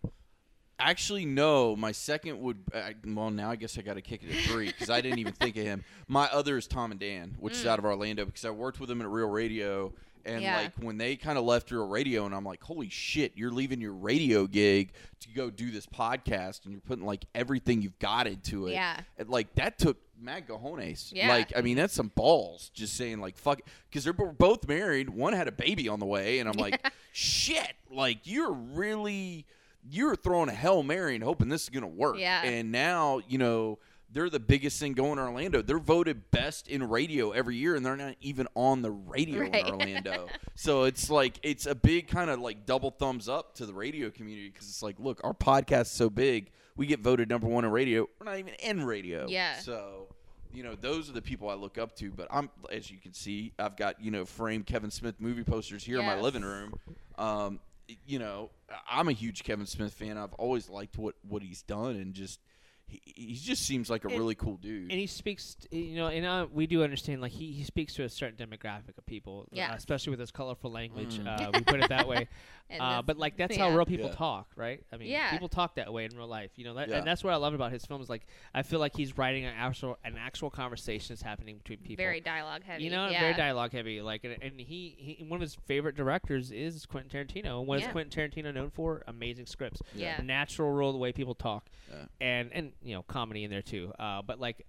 B: Actually, no. My second would I, well now I guess I got to kick it at three because I didn't even think of him. My other is Tom and Dan, which is out of Orlando because I worked with them at Real Radio, and
C: Mm. Yeah.
B: like when they kind of left Real Radio, and I'm like, holy shit, you're leaving your radio gig to go do this podcast, and you're putting like everything you've got into it.
C: Yeah.
A: Uh,
B: And, like that took Matt Gajones.
C: Yeah.
B: Like I mean that's some balls. Just saying like fuck because they're bo- both married. One had a baby on the way, and I'm like,
C: *laughs*
B: shit. Like you're really you're throwing a hail mary and hoping this is gonna work.
C: Yeah.
B: And now you know they're the biggest thing going in Orlando. They're voted best in radio every year, and they're not even on the radio
C: Right.
B: in Orlando. so it's like it's a big kind of like double thumbs up to the radio community because it's like, look, our podcast's so big, we get voted number one in radio. We're not even in radio.
C: Yeah.
B: So, you know, those are the people I look up to. But I'm, as you can see, I've got you know framed Kevin Smith movie posters here in my
C: Yes.
B: living room. Um, you know, I'm a huge Kevin Smith fan. I've always liked what what he's done, and just he, he just seems like a
A: And-
B: really cool dude.
A: and he speaks t- you know and uh, we do understand like he, he speaks to a certain demographic of people
C: Yeah.
A: uh, especially with his colorful language
B: Mm.
A: uh, we put it that way
C: And
A: uh,
C: that's-
A: but like that's
C: yeah.
A: how real people
B: Yeah.
A: talk right i mean
C: Yeah.
A: people talk that way in real life you know that,
B: Yeah.
A: and that's what i love about his films like i feel like he's writing an actual an actual conversation that's happening between people
C: very dialogue heavy.
A: you know
C: yeah.
A: very dialogue heavy like and, and he, he one of his favorite directors is quentin tarantino and what is
C: Yeah.
A: quentin tarantino known for amazing scripts
C: Yeah.
A: the natural role the way people talk
B: Yeah.
A: and and you know comedy in there too uh, but like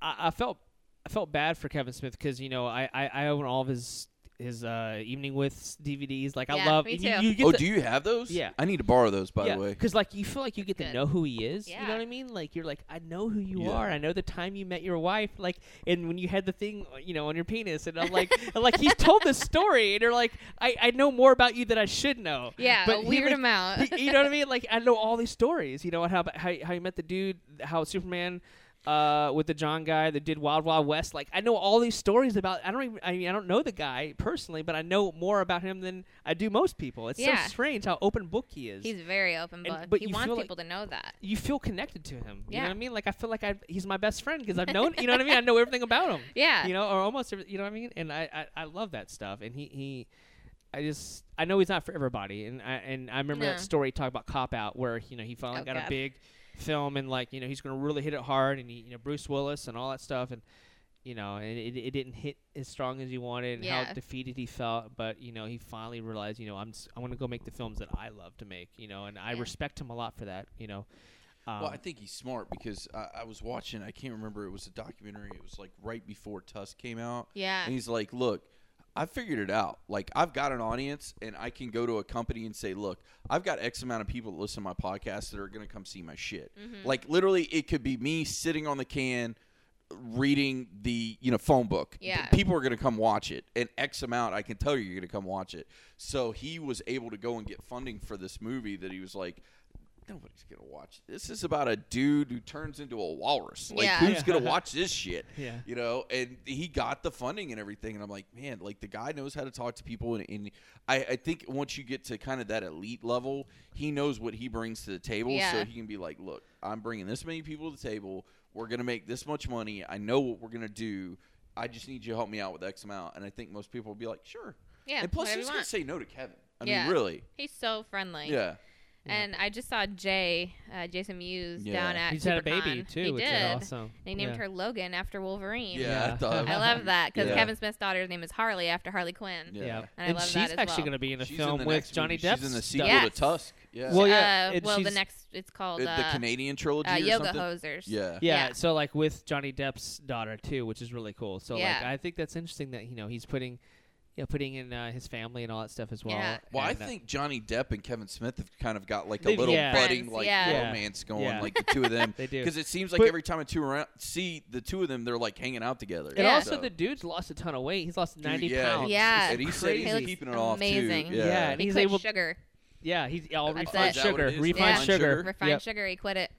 A: I, I felt i felt bad for kevin smith because you know I, I i own all of his his uh evening with dvds like i
C: Yeah,
A: love
C: me
A: you-
C: too.
A: You, get
B: oh,
A: to-
B: do you have those?
A: Yeah.
B: I need to borrow those, by the way.
A: because like you feel like you get
C: Good.
A: to know who he is. You know
C: Yeah.
A: what I mean? Like you're like, I know who you
B: Yeah.
A: are. I know the time you met your wife. Like, and when you had the thing, uh, you know, on your penis, and I'm
C: *laughs*
A: like, and, like he's told this story, and you're like, I, I know more about you than I should know.
C: Yeah,
A: But
C: a
A: he,
C: weird
A: like,
C: amount.
A: He- you know what I mean? Like I know all these stories. You know and how how how you met the dude, how Superman. Uh, with the John guy that did Wild Wild West, like I know all these stories about. I don't even. I mean, I don't know the guy personally, but I know more about him than I do most people. It's
C: Yeah.
A: so strange how open book he is
C: *laughs* He's very open book.
A: but
C: he
A: you
C: wants
A: feel like-
C: people to know that.
A: you feel connected to him. You
C: Yeah.
A: know what I mean? Like I feel like I he's my best friend because I've known you know what I mean. I know everything about him.
C: Yeah.
A: You know, or almost every, you know what I mean. And I, I I love that stuff. And he he, I just I know he's not for everybody. And I and I remember
C: No.
A: that story talk about cop out where you know he finally
C: Oh,
A: got
C: God.
A: a big film and like you know he's gonna really hit it hard and he, you know Bruce Willis and all that stuff and. You know, and it, it didn't hit as strong as he wanted, and
C: Yeah.
A: how defeated he felt. But you know, he finally realized, you know, I'm s- I want to go make the films that I love to make. You know, and I
C: Yeah.
A: respect him a lot for that. You know, um,
B: well, I think he's smart because I, I was watching. I can't remember. It was a documentary. It was like right before Tusk came out.
C: yeah.
B: And he's like, look, I figured it out. Like, I've got an audience, and I can go to a company and say, look, I've got X amount of people that listen to my podcast that are going to come see my shit.
C: Mm-hmm.
B: Like, literally, it could be me sitting on the can reading the you know phone book P-
C: Yeah.
B: people are going to come watch it and x amount i can tell you you're going to come watch it so he was able to go and get funding for this movie that he was like nobody's going to watch this is about a dude who turns into a walrus like
C: Yeah.
B: who's
A: Yeah.
B: going to watch this shit
A: Yeah.
B: you know and he got the funding and everything and i'm like man like the guy knows how to talk to people and, and I, I think once you get to kind of that elite level he knows what he brings to the table so
C: Yeah.
B: he can be like look i'm bringing this many people to the table we're going to make this much money i know what we're going to do i just need you to help me out with x amount and i think most people will be like sure
C: yeah.
B: and plus
C: whatever
B: who's
C: you
B: going
C: want.
B: to say no to kevin i
C: Yeah.
B: mean really
C: He's so friendly.
B: yeah
A: Yeah.
C: And I just saw Jay, uh, Jason Mewes,
B: Yeah.
C: down at
A: he's had a baby
C: SuperCon.
A: too,
C: He
A: which
C: did.
A: is awesome.
C: They named
A: Yeah.
C: her Logan after Wolverine.
B: yeah, *laughs*
A: Yeah.
B: thought that was
C: I love
B: weird.
C: that because
B: Yeah.
C: Kevin Smith's daughter's name is Harley after Harley Quinn.
B: yeah,
A: Yeah.
C: And I love
A: she's
C: that as
A: actually
C: well.
A: going to be in a
B: She's in
A: film
B: the
A: with
B: next
A: Johnny
B: movie.
A: Depp.
B: she's in the
A: stuff.
B: sequel
C: Yes.
B: to tusk yeah
A: Well,
C: Uh,
A: yeah, and
C: well, the
A: she's-
C: next it's called
B: the, the
C: uh,
B: canadian trilogy
C: uh,
B: or
C: Yoga
B: something
C: Hosers.
B: yeah
A: Yeah,
C: Yeah.
A: so like with Johnny Depp's daughter too, which is really cool. So
C: Yeah.
A: like I think that's interesting that you know he's putting, you know, putting in uh, his family and all that stuff as well.
C: Yeah.
B: Well, I
A: and, uh,
B: think Johnny Depp and Kevin Smith have kind of got like a
A: They've-
B: little
A: yeah.
B: budding
C: Friends,
B: like
C: yeah.
A: Yeah.
B: romance going,
A: *laughs* Yeah.
B: like the two of them.
A: they do.
B: Because it seems like
A: But-
B: every time I two around see the two of them, they're like hanging out together.
A: And
C: Yeah.
A: also
B: So-
A: the dude's lost a ton of weight. He's lost
B: Dude,
A: ninety
B: yeah,
A: pounds.
C: Yeah.
B: and he said
A: crazy.
B: he's
C: He looks
B: keeping it off
C: amazing.
B: too.
A: Yeah, and
C: he
A: he's
C: quit
A: able-
C: sugar,
A: Yeah, he's all
C: That's
A: refined
C: it.
A: sugar,
B: Is that what it is?
A: refined
C: Yeah.
A: sugar,
C: refined
A: Yep.
C: sugar. He quit it.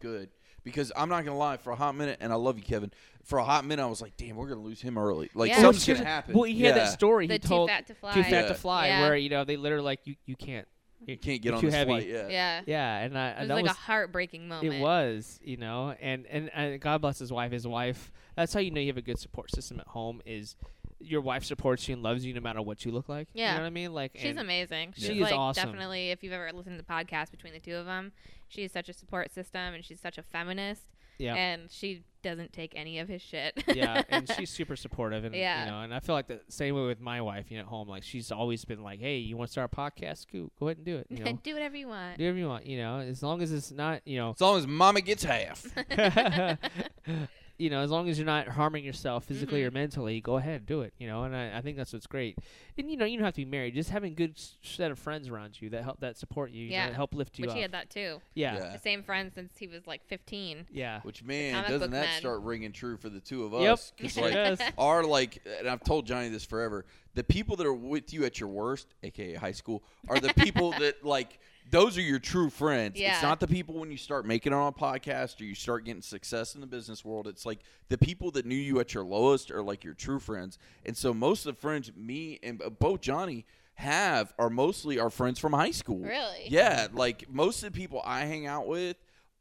B: good. Because I'm not gonna lie, for a hot minute, and I love you, Kevin. For a hot minute, I was like, "Damn, we're gonna lose him early. Like
C: Yeah.
B: something's
A: Well,
B: gonna happen."
A: Well, you hear
B: Yeah.
A: that story
C: The
A: he
C: too
A: told
C: fat to fly.
A: Too Fat
B: Yeah.
A: to Fly,
C: Yeah.
A: where you know they literally like you you can't
B: You can't get
A: You're
B: on
A: too
B: this
A: heavy.
B: flight. Yeah.
C: Yeah.
A: yeah and I
C: It was
A: that
C: like
A: was
C: a heartbreaking moment.
A: It was, you know, and, and and God bless his wife. His wife. That's how you know you have a good support system at home. Is your wife supports you and loves you no matter what you look like. You
C: Yeah.
A: know what I mean? Like
C: She's
A: and
C: *laughs* amazing. She's
A: She is
C: like
A: awesome.
C: definitely if you've ever listened to the podcast between the two of them, she is such a support system and she's such a feminist.
A: Yeah.
C: And she doesn't take any of his shit.
A: yeah,
C: *laughs*
A: and she's super supportive, and
C: Yeah.
A: you know, and I feel like the same way with my wife, you know, at home, like she's always been like, "Hey, you want to start a podcast? Go, go ahead and do it.
C: *laughs*
A: You know, do
C: do whatever
A: *laughs*
C: you want.
A: whatever you want. You know, as long as it's not, you know,
B: As long as mama gets half.
C: *laughs*
A: *laughs* you know, as long as you're not harming yourself physically
B: Mm-hmm.
A: or mentally, go ahead, do it. You know, and I, I think that's what's great. And you know, you don't have to be married. Just having good s- set of friends around you that help that support you, you know,
C: Yeah.
A: that help lift you
C: Which
A: up.
C: he had that too.
A: yeah,
B: Yeah.
C: The same friend since he was like 15.
A: yeah,
B: Which man,
C: comic
B: doesn't
C: book
B: that
C: men.
B: start ringing true for the two of
A: Yep.
B: us? 'Cause,
A: Sure *laughs*
B: like,
A: does.
B: *laughs* are like, and I've told Johnny this forever. The people that are with you at your worst, aka high school, are the people that like. Those are your true friends.
C: Yeah.
B: It's not the people when you start making it on a podcast or you start getting success in the business world. It's like the people that knew you at your lowest are like your true friends. And so most of the friends me and uh, both Johnny have are mostly our friends from high school.
C: Really? *laughs*
B: Yeah, like most of the people I hang out with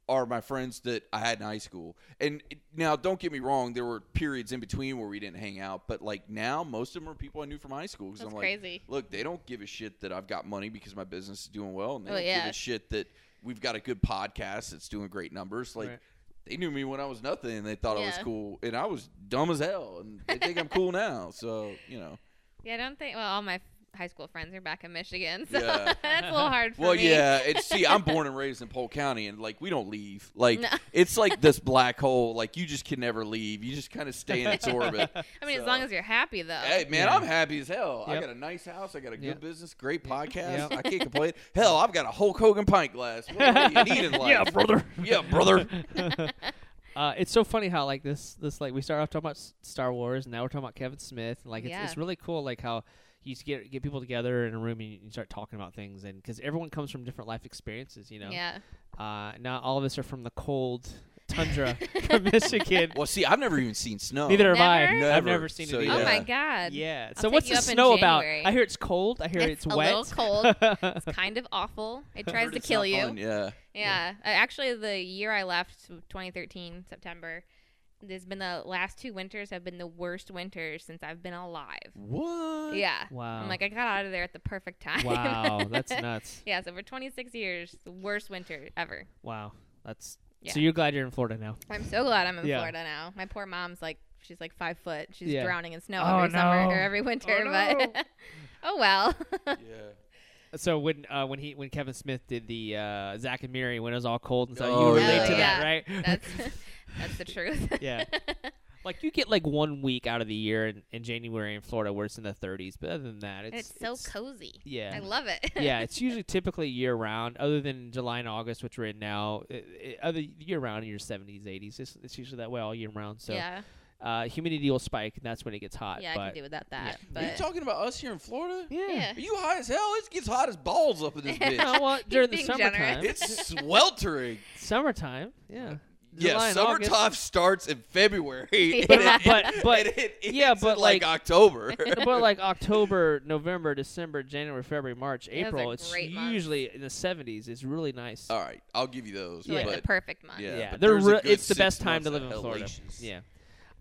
B: are my friends that I had in high school. And it- now, don't get me wrong, there were periods in between where we didn't hang out, but like now, most of them are people I knew from high school. Because
C: That's
B: I'm like,
C: crazy.
B: look, they don't give a shit that I've got money because my business is doing well, and they
C: Well,
B: don't give
C: Oh, yeah.
B: a shit that we've got a good podcast that's doing great numbers. Like.
A: Right.
B: They knew me when I was nothing, and they thought I was
C: Yeah.
B: cool, and I was dumb as hell, and they think I'm cool now. So you know,
C: Yeah, I don't think. Well, all my f- high school friends are back in Michigan, so
B: Yeah.
C: *laughs* that's a little hard for
B: Well,
C: me.
B: yeah, and
A: *laughs*
B: see, I'm born and raised in Polk County, and like we don't leave. Like
C: No.
B: it's like
A: *laughs*
B: this black hole. Like you just can never leave. You just kind of stay in
A: *laughs*
B: its orbit.
C: I mean,
B: so-
C: as long as you're happy though.
B: Hey man,
A: Yeah.
B: I'm happy as hell. I
A: Yep.
B: got a nice house. I got a good
A: Yep.
B: business. Great podcast.
A: Yep.
B: I can't complain. Hell, I've got a Hulk Hogan pint glass. *laughs* What more do you need in life?
A: *laughs* yeah, brother.
B: Yeah, brother.
A: *laughs*
C: *laughs*
A: Uh, it's so funny how like this this like we start off talking about S- Star Wars and now we're talking about Kevin Smith and like it's, it's
C: Yeah.
A: really cool like how you s- get get people together in a room and you you start talking about things and because everyone comes from different life experiences you know *laughs*
C: Yeah.
A: uh, not all of us are from the cold
C: *laughs*
A: tundra of
B: *laughs*
A: Michigan
B: Well, see, I've never even seen snow.
A: neither have I
C: Never?
A: I've
B: Never.
A: never seen
B: So,
A: it
C: Oh
A: either.
C: my
B: Yeah.
C: God.
A: yeah
C: I'll
A: so
C: take
A: what's
C: you
A: the
C: up in
A: snow about
C: January.
A: I hear it's cold I hear it's,
C: It's a
A: wet
C: little
A: *laughs*
C: cold. It's kind of
B: *laughs*
C: awful. It tries
B: Heard
C: to
B: it's
C: kill
B: not
C: you.
B: fun, Yeah.
A: Yeah.
C: Yeah. Uh, Actually, the year I left, so 2013, September, there's been the last two winters have been the worst winters since I've been alive.
B: What?
C: Yeah.
A: wow
C: I'm like, I got out of there at the perfect time. *laughs*
A: wow that's nuts
C: yeah, so for 26 years, the worst winter ever.
A: wow that's so
C: Yeah.
A: you're glad you're in Florida now
C: I'm so glad I'm in
A: Yeah.
C: Florida now. My poor mom's like, she's like five foot. She's
A: Yeah.
C: drowning in snow
A: Oh,
C: every summer
A: no.
C: or every winter.
A: Oh, no.
C: But *laughs* oh well. *laughs*
A: *laughs*
B: Yeah.
A: So when uh, when he when Kevin Smith did the uh, Zach and Miri when it was all cold and stuff, you
B: Oh,
A: relate
B: yeah.
A: to that,
C: Yeah.
A: right? *laughs*
C: that's *laughs* that's the truth. *laughs*
A: yeah. Like you get like one week out of the year in, in January in Florida where it's in the 30s, but other than that, it's
C: It's, so cozy.
A: Yeah.
C: I love it. *laughs*
A: yeah, it's usually typically year round, other than July and August, which we're in now. It, it, other year round in your 70s, 80s, it's, it's usually that way all year round. So
C: yeah.
A: uh, humidity will spike, and that's when it gets hot.
C: Yeah, I
A: but
C: can do without that.
B: Are you
C: But
B: talking about us here in Florida?
A: yeah,
C: *laughs* yeah.
B: Are you high as hell? It gets hot as balls up
A: *laughs*
B: in this bitch.
A: Oh, well, during the
C: being
A: summertime,
C: generous.
B: It's sweltering.
A: summertime,
C: *laughs*
A: yeah, July
B: Yeah,
A: and
B: summertime
A: August.
B: starts in
A: *laughs*
B: February. and
C: But-
B: it-
A: but- but-
B: and it
A: yeah,
B: ends in,
A: but,
B: like,
A: like-
B: October.
A: *laughs* Uh, but like October, November, December, January, February, March,
C: are
A: April, it's
C: great months.
A: usually in the 70s. It's really nice.
B: *laughs* All right, I'll give you those.
C: so, like
B: but
C: the perfect month.
B: yeah,
A: yeah,
B: but
A: they're
B: there's a
A: re-
B: good
A: it's the
B: six
A: best time to
B: months
A: live in
B: of
A: Florida.
B: hellacious.
A: Yeah.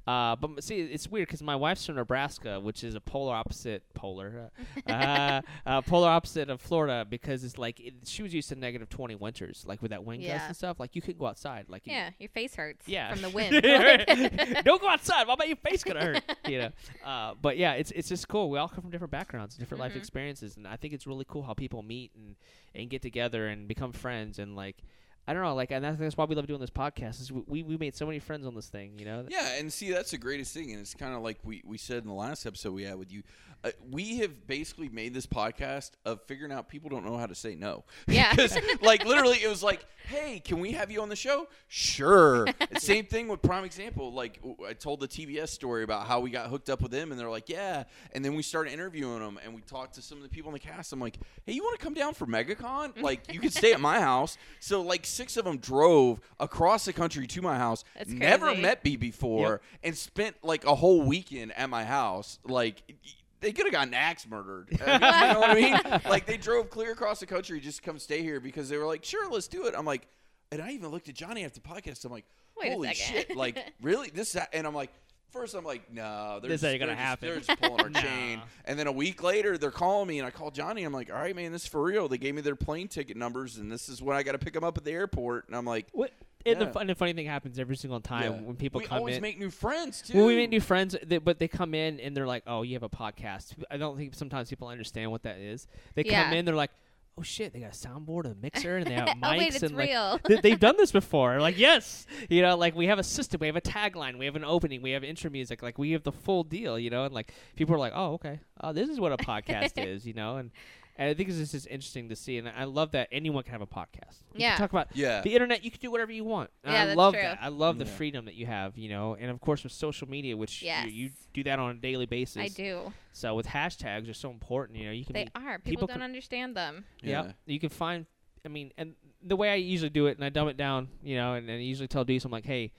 A: Uh, but m- see, it's weird because my wife's from Nebraska, which is a polar opposite, polar,
C: *laughs*
A: uh, uh, uh, polar opposite of Florida because it's like it, she was used to negative twenty winters, like with that wind gust
C: Yeah.
A: and stuff. Like you couldn't go outside, like you-
C: Yeah, your face
A: *laughs*
C: hurts
A: yeah, *laughs*
C: from the *laughs*
A: Right.
C: wind.
A: *laughs* Don't go outside. Why about your face gonna hurt?
C: *laughs*
A: You know. Uh, but yeah, it's it's just cool. We all come from different backgrounds, different life
C: Mhm.
A: experiences, and I think it's really cool how people meet and and get together and become friends and like. I don't know, like, and that's, that's why we love doing this podcast. Is we, we we made so many friends on this thing, you know.
B: Yeah, and see, that's the greatest thing, and it's kind of like we, we said in the last episode we had with you. Uh, we have basically made this podcast of figuring out people don't know how to say no. *laughs*
C: Yeah.
B: because like literally, it was like, hey, can we have you on the show? Sure. And Same thing with prime example. Like w- I told the TBS story about how we got hooked up with them, and they're like, yeah. And then we started interviewing them, and we talked to some of the people in the cast. I'm like, hey, you want to come down for MegaCon? Like you could stay at my house. So like six of them drove across the country to my house.
C: That's
B: never
C: crazy.
B: met met me before and spent like a whole weekend at my house. Like y- they could have gotten axe murdered. I mean, you know what I
C: *laughs*
B: mean? Like they drove clear across the country just to come stay here because they were like, "Sure, let's do it." I'm like, and I even looked at Johnny after the podcast. I'm like,
C: Wait a
B: "Holy
C: second." *laughs*
B: shit! Like really? This?" And I'm like. First, I'm like, no, they're
A: This
B: just,
A: ain't gonna
B: they're
A: happen.
B: Just, they're just pulling
A: *laughs*
B: our
A: No.
B: chain. And then a week later, they're calling me, and I call Johnny. I'm like, all right, man, this is for real. They gave me their plane ticket numbers, and this is when I got to pick them up at the airport. And I'm like,
A: What? And, the
B: Yeah.
A: the, and the funny thing happens every single time
B: yeah.
A: when people
B: we
A: come
B: always
A: in.
B: make new friends too.
A: well, we make new friends, they, but they come in and they're like, "Oh, you have a podcast." I don't think sometimes people understand what that is. They
C: Yeah.
A: come in, they're like, "Oh shit, they got a soundboard, a mixer, and they have mics."
C: *laughs* oh wait, it's
A: and like,
C: real.
A: th- they've done *laughs* this before.
C: *laughs*
A: Like, yes, you know, like we have a system, we have a tagline, we have an opening, we have intro music, like we have the full deal, you know. And like people are like, oh, okay, oh, this is what a podcast
C: *laughs*
A: is, you know. And, and I think this is just interesting to see, and I love that anyone can have a podcast. You can
C: Yeah.
A: talk about
B: Yeah.
A: the internet. You can do whatever you want. And
C: Uh, Yeah,
A: I
C: that's
A: love
C: true.
A: that. I love the
B: Yeah.
A: freedom that you have, you know. And of course, with social media, which
C: Yes.
A: you, you do that on a daily basis.
C: I do.
A: So with hashtags, are so important. You know, you can
C: They
A: be
C: are.
A: people
C: People,
A: could-
C: don't understand them.
A: yeah. You can find, I mean, and the way I usually do it, and I dumb it down, you know, and, and I usually tell Deuce, I'm like, hey,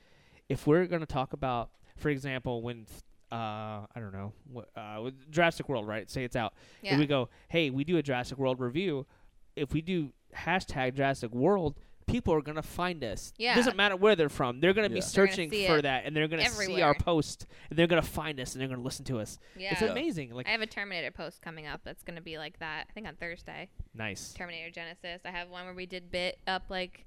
A: if we're going to talk about, for example, when, uh, I don't know, what, uh, with Jurassic World, right? Say it's out.
C: Yeah.
A: If we go, hey, we do a Jurassic World review, if we do hashtag Jurassic World, people are going to find us.
C: Yeah.
A: doesn't matter where they're from. They're going to be
B: Yeah.
C: They're gonna
A: searching
C: see
A: for
C: it
A: that, and they're going to see our
C: everywhere.
A: post, and they're going to find us, and they're going to listen to us. It's
C: Yeah.
B: a-
A: amazing. Like,
C: I have a Terminator post coming up that's going to be like that. I think on Thursday.
A: nice.
C: Terminator Genesis. I have one where we did bit up like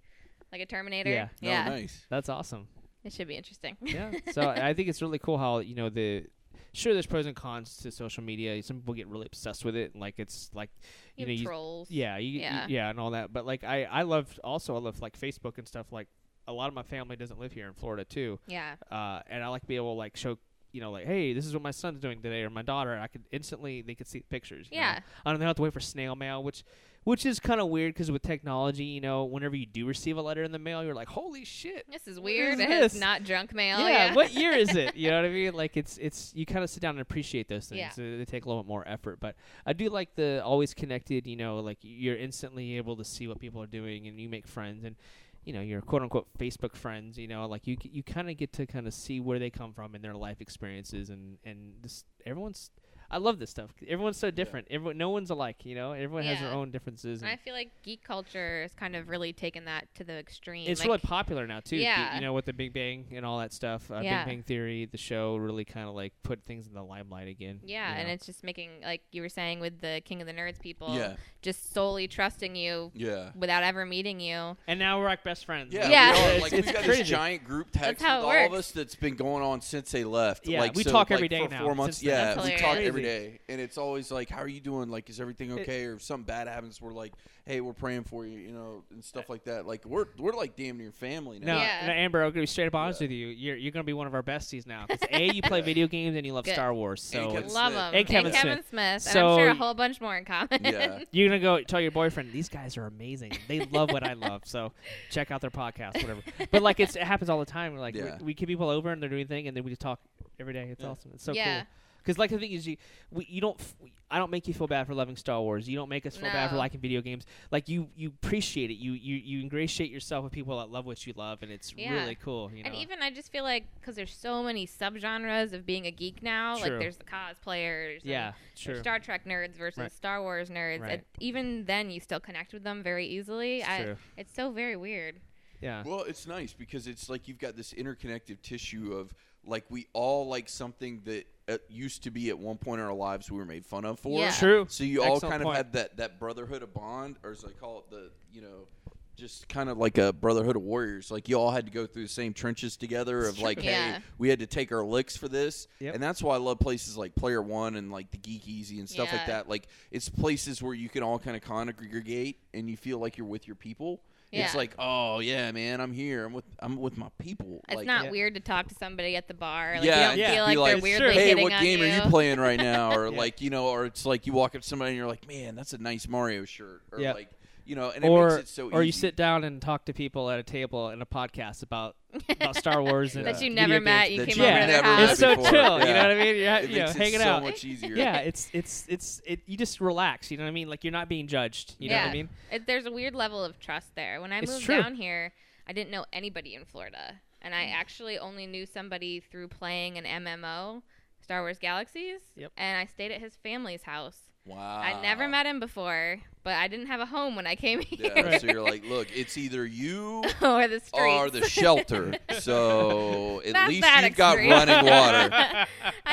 C: like a Terminator.
A: Yeah.
B: No, Oh, nice.
A: That's
C: *laughs*
A: awesome.
C: It should be interesting. *laughs*
A: yeah. So uh, I think it's really cool how you know the sure there's pros and cons to social media. Some people get really obsessed with it, and like it's like you
C: You
A: know,
C: have
A: you-
C: trolls.
A: yeah, you, you-
C: Yeah.
A: yeah, and all that. But like I I love also I love like Facebook and stuff. Like a lot of my family doesn't live here in Florida too,
C: Yeah.
A: uh, and I like to be able to like show. You know, like, hey, this is what my son's doing today, or my daughter. and I could instantly they could see the pictures. you know?
C: Yeah.
A: I don't know, have to wait for snail mail, which, which is kind of weird because with technology, you know, whenever you do receive a letter in the mail, you're like, holy shit,
C: This is
A: What
C: weird.
A: is
C: It's
A: this?
C: not junk mail.
A: yeah, what year is it? You know what I mean? Like it's it's you kind of sit down and appreciate those things.
C: Yeah.
A: Uh, They take a little bit more effort, but I do like the always connected. You know, like you're instantly able to see what people are doing, and you make friends, and you know your quote unquote Facebook friends. You know, like you c- you kind of get to kind of see where they come from and their life experiences, and and just everyone's. I love this stuff. Everyone's so different. Everyone, no one's alike. You know, everyone has their
C: Yeah.
A: own differences.
C: And *laughs* I
A: And
C: feel like geek culture has kind of really taken that to the extreme.
A: it's
C: like,
A: really popular now too.
C: Yeah.
A: you know, with the Big Bang and all that stuff. Uh,
C: Yeah.
A: Big Bang Theory, the show really kind of like put things in the limelight again.
C: yeah,
A: you
C: and
A: know.
C: it's just making like you were saying with the King of the Nerds people,
B: Yeah.
C: just solely trusting you
B: Yeah.
C: without ever meeting you.
A: and now we're like best friends.
B: Yeah,
C: Yeah.
A: It's-
B: We are, like
A: it's
B: we've got
A: crazy.
B: this giant group text
C: That's how
B: with
C: it
B: all of
C: works.
B: us that's been going on since they left.
A: Yeah,
B: like,
A: we
B: so,
A: talk
B: like,
A: every day
B: for
A: now
B: Four months,
A: since then.
B: yeah,
C: That's
B: we talk
C: hilarious.
B: every day, and it's always like, "How are you doing? Like, is everything okay?" or if something bad happens, we're like, "Hey, we're praying for you," you know, and stuff like that. Like we're we're like damn near family
A: No,
B: now.
C: Yeah.
A: no, Amber, I'm gonna be straight up honest with you. You're you're gonna be one of our besties now. 'Cause a, you
B: *laughs*
A: play video games and you love
C: Good.
A: Star Wars, so
B: And Kevin
A: it's-
C: Love
B: Smith.
C: them.
A: And Kevin
C: Smith.
A: So-
C: and I'm sure a whole bunch more in common. *laughs*
B: Yeah.
A: you're gonna go tell your boyfriend these guys are amazing. They love what I love, so check out their podcast, whatever. But like it's, it happens all the time. Like
B: Yeah.
A: we, we get people over and they're doing thing, and then we just talk every day. It's
B: Yeah.
A: awesome. It's so
C: Yeah.
A: cool. Because like the thing is, you we, you don't f- we- I don't make you feel bad for loving Star Wars. You don't make us feel bad for
C: No.
A: liking video games. Like you you appreciate it. You you you ingratiate yourself with people that love what you love, and it's
C: Yeah.
A: really cool. You know.
C: And even I just feel like because there's so many subgenres of being a geek now,
A: True.
C: like there's the cosplayers, and
A: yeah,
C: there's
A: sure.
C: Star Trek nerds versus
A: Right.
C: Star Wars nerds.
A: Right.
C: and even then, you still connect with them very easily.
A: It's
C: I,
A: true.
C: It's so very weird.
A: Yeah.
B: Well, it's nice because it's like you've got this interconnective tissue of like we all like something that uh, used to be at one point in our lives we were made fun of for.
C: Yeah.
A: True.
B: So you all
A: Excellent
B: kind
A: point.
B: of had that that brotherhood of bond, or as I call it, the you know, just kind of like a brotherhood of warriors. Like you all had to go through the same trenches together. Of like,
C: Yeah.
B: hey, we had to take our licks for this,
A: Yep.
B: and that's why I love places like Player One and like the Geek Easy and stuff like
C: Yeah.
B: that. Like it's places where you can all kind of congregate and you feel like you're with your people. It's
C: Yeah.
B: like, oh yeah, man, I'm here. I'm with I'm with my people.
C: It's
B: like,
C: not
A: Yeah.
C: weird to talk to somebody at the bar. Like,
B: Yeah,
C: you don't
A: yeah.
C: feel
B: Be
C: like,
B: like,
C: they're weirdly
A: sure.
B: hey,
C: hitting
B: what
C: on
B: game
C: you.
B: are you playing right now? Or
A: Yeah.
B: like, you know, or it's like you walk up to somebody and you're like, man, that's a nice Mario shirt. Or
A: Yeah.
B: like, you know, and it
A: or
B: makes it so
A: or you
B: easy.
A: sit down and talk to people at a table in a podcast about about
C: *laughs*
A: Star Wars and
C: *laughs* that you
A: video
C: never
A: games.
C: met. You
B: That
C: came
B: you
C: over to
A: yeah,
C: their
B: never
C: house.
B: met
A: it's so
B: before.
A: chill. You know
B: Yeah.
A: what I mean? You're,
B: It
A: you know,
B: makes it
A: hanging
B: so
A: out.
B: much easier.
A: yeah, it's it's it's it. You just relax. You know what I mean? Like you're not being judged. You know what
C: Yeah.
A: I mean?
C: It, there's a weird level of trust there. When I
A: It's
C: moved
A: true. Mm.
C: down here, I didn't know anybody in Florida, and I actually only knew somebody through playing an MMO, Star Wars Galaxies,
A: Yep.
C: and *laughs* I stayed at his family's house.
B: Wow.
C: I'd never met him before, but I didn't have a home when I came *laughs* here
B: Ah. *laughs* Yeah,
A: Right.
B: so you're like, look, it's either you
C: or the *laughs* streets.
B: or the shelter.
C: *laughs*
B: So at
C: Not
B: least
C: that
B: you've got *laughs*
C: extreme.
B: running
C: *laughs*
B: water.
C: I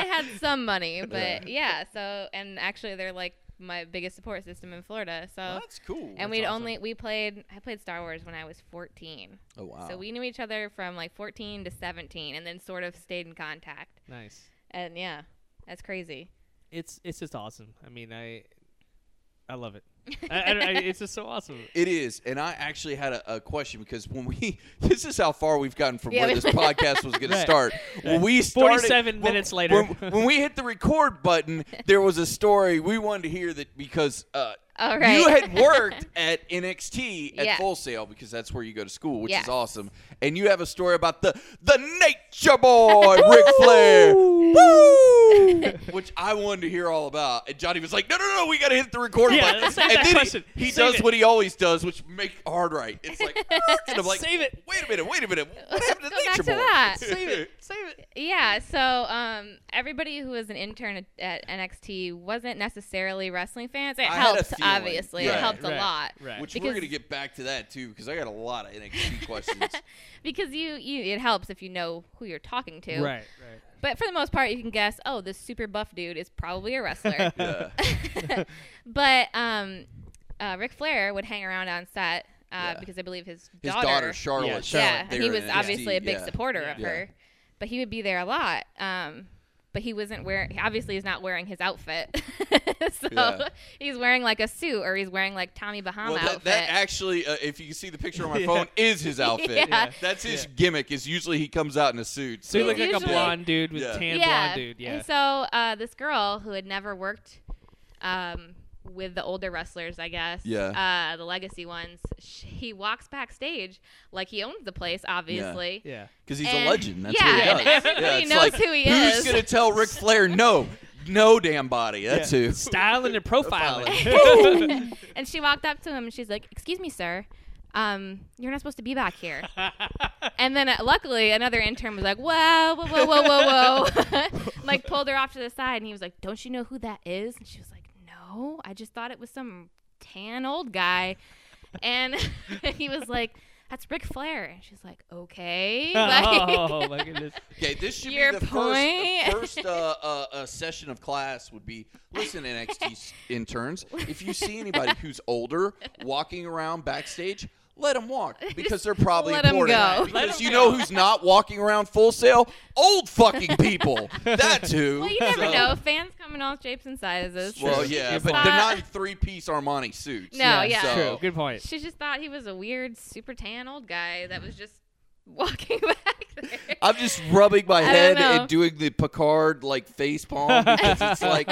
C: had
B: *laughs*
C: some money, but yeah. So and actually, they're like my biggest support system in Florida. So
B: Well, that's cool.
C: and we'd
A: awesome.
C: only we played I played Star Wars when I was 14.
B: oh wow.
C: So we knew each other from like 14 to 17, and then sort of stayed in contact.
A: *laughs* Nice.
C: And yeah, that's crazy.
A: It's it's just awesome. I mean, I I love
C: *laughs*
A: it. I, I, I- it's just so awesome.
B: It is, and I actually had a, a question because when we *laughs* this is how far we've gotten from
C: Yeah,
B: where
C: we-
B: this podcast was going
A: *laughs*
B: to
A: Right.
B: start. When we started,
A: 47
B: when-
A: minutes later.
B: when, when we hit the record button, there was a story we wanted to hear that because uh,
C: All right.
B: you had worked at NXT at
C: Yeah.
B: Full Sail because that's where you go to school, which is
C: Yes.
B: awesome, and you have a story about the the Nature Boy Ric Flair. Woo!
C: *laughs*
B: Which I wanted to hear all about, and Johnny was like, "No, no, no, we got to hit the record
A: Yeah,
B: button."
A: let's save
B: and
A: that
B: then he-
A: question.
B: He,
A: Save
B: does
A: it.
B: what he always does, which make hard right. It's
C: *laughs*
B: like, and I'm like,
A: Save it.
B: Wait a minute, wait a minute. What happened to
C: Go back
B: Nature
C: to
B: Boy? *laughs*
C: that.
A: Save it. Save it.
C: *laughs* Yeah, so um, everybody who was an intern at, at NXT wasn't necessarily wrestling fans. It
B: I had a
C: helped,
B: feeling.
C: obviously.
B: Right,
C: it helped
A: right,
C: a lot.
A: Right.
B: Which we're
C: Because-
B: gonna get back to that too, because I got a lot of NXT
C: *laughs*
B: questions.
C: Because you, you, it helps if you know who you're talking to.
A: Right.
C: But for the most part, you can guess, oh, this super buff dude is probably
B: *laughs*
C: a wrestler.
B: Yeah.
C: but um, uh, Ric Flair would hang around on set uh,
B: Yeah.
C: because I believe his
B: His
C: daughter.
B: daughter Charlotte.
A: Yeah,
B: Charlotte
C: yeah,
B: there
C: and he
B: in
C: was
B: NXT,
C: obviously a big
B: yeah.
C: supporter of
B: Yeah.
C: her. But he would be there a lot. Um, but he wasn't wearing. Obviously, he's not wearing his outfit. *laughs* so
B: Yeah.
C: he's wearing like a suit, or he's wearing like Tommy Bahama
B: Well, that,
C: outfit.
B: that actually, uh, if you can see the picture on
A: *laughs*
B: my
A: Yeah.
B: phone, is his outfit.
C: *laughs* Yeah.
B: That's his
A: Yeah.
B: gimmick. Is usually he comes out in a suit.
A: So you look like a
C: Usually-
A: blonde dude with
B: Yeah.
A: tan blonde dude. Yeah.
C: And so uh, this girl who had never worked um, with the older wrestlers, I guess,
B: Yeah.
C: uh, the legacy ones, sh he walks backstage like he owns the place, obviously.
A: yeah.
B: because he's
C: and-
B: a legend. That's
C: yeah,
B: what he
C: and
B: does.
C: everybody
B: it's
C: knows
B: like,
C: who he
B: Who's
C: is.
B: gonna tell Ric Flair no? No damn body. That's
A: yeah.
B: who.
A: Styling and profiling. *laughs*
C: and she walked up to him and she's like, "Excuse me, sir." Um, you're not supposed to be back here. and then uh, luckily, another intern was like, "Whoa, whoa, whoa, whoa, whoa, whoa!"
B: *laughs*
C: *laughs* like pulled her off to the side, and he was like, "Don't you know who that is?" And she was like, "No, I just thought it was some tan old guy." And *laughs* he was like, "That's Ric Flair." And she's like,
B: *laughs*
C: "Okay." Like- *laughs*
A: oh my goodness.
B: Okay, this should
C: Your
B: be the
C: point.
B: first, first
C: *laughs*
B: uh, uh, uh, session of class would be, listen, NXT s- interns, if you see
C: *laughs*
B: anybody who's older walking around backstage, let them walk because they're probably
C: let 'em
B: important.
C: go.
B: Because
C: Let
B: you know who's not walking around full sail? Old fucking people. That's who.
C: well, you never
B: Oh. So-
C: know. Fans come in all shapes and sizes.
B: Well,
A: True.
B: yeah,
A: Good
B: but
A: point.
B: they're not in three-piece Armani suits.
C: No, yeah.
B: So-
A: True. Good point.
C: *laughs* She just thought he was a weird, super tan old guy that was just walking *laughs* back there.
B: I'm just rubbing my
C: don't
B: head
C: know.
B: and doing the Picard like face palm because it's
C: *laughs*
B: like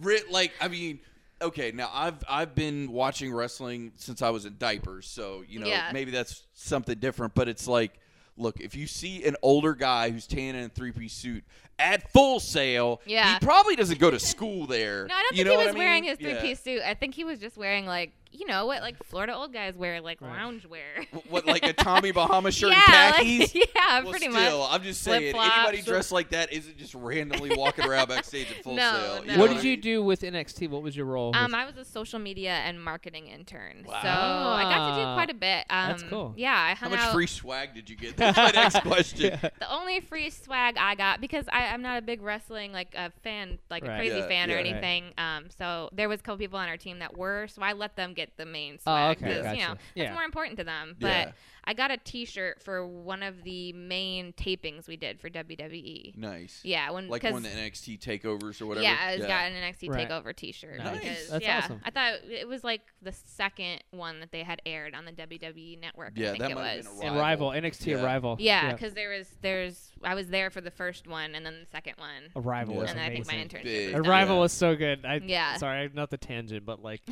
B: writ like I mean okay now I've I've been watching wrestling since I was in diapers so you know
C: Yeah.
B: maybe that's something different but it's like look if you see an older guy who's tan in a three piece suit at full sail
C: Yeah.
B: he probably doesn't go to school there *laughs*
C: no, I don't
B: you
C: think
B: know
C: he
B: what I
C: was
B: mean?
C: wearing his
B: Yeah.
C: three piece suit. I think he was just wearing like you know what like Florida old guys wear, like
A: Right.
C: lounge wear. *laughs*
B: W- *laughs* what like a Tommy Bahama shirt
C: yeah,
B: and khakis
C: like, *laughs* yeah,
B: Well,
C: pretty
B: still,
C: much.
B: I'm just saying, anybody
C: Flip-flops.
B: dressed like that isn't just randomly walking around backstage at full
C: *laughs* No,
B: sale.
C: no.
B: know
A: What
C: Yeah.
A: did
B: I
A: you
B: mean?
A: do with NXT? What was your role?
C: Um,
A: with-
C: I was a social media and marketing intern, so
A: Wow.
C: I got to do quite a bit. Um,
A: That's cool.
C: Yeah, I
B: How
C: hung
B: much
C: out.
B: free swag did you get? *laughs* That's my next question.
A: *laughs* Yeah.
C: the only free swag I got because I, I'm not a big wrestling like a fan, like
A: Right.
C: a crazy
B: Yeah,
C: fan or
B: yeah.
A: Right.
C: anything. Um, so there was a couple people on our team that were, so I let them get the main
A: Oh,
C: swag
A: okay. Gotcha.
C: you know
A: Yeah.
C: that's more important to them. But
B: Yeah.
C: I got a T-shirt for one of the main tapings we did for WWE.
B: Nice.
C: Yeah, when
B: Like
C: 'cause-
B: one of the NXT takeovers or whatever.
C: yeah, I was got an NXT
A: Right.
C: Takeover T-shirt.
A: Nice.
C: Because,
A: That's
C: yeah,
A: awesome.
C: I thought it was like the second one that they had aired on the WWE network.
B: Yeah,
C: I think
B: that
C: it
B: might have
C: was.
B: been a
A: and
B: Rival.
A: rival NXT
B: Yeah.
A: rival.
C: Yeah, because there was there's I was there for the first one and then the second one,
A: a rival
B: Yeah.
A: was
C: and then I think my
A: amazing.
C: internship.
B: Big.
C: was
A: A
C: done.
A: rival
B: Yeah.
A: was so good. I,
C: Yeah.
A: Sorry, not the tangent, but
C: *laughs*
A: like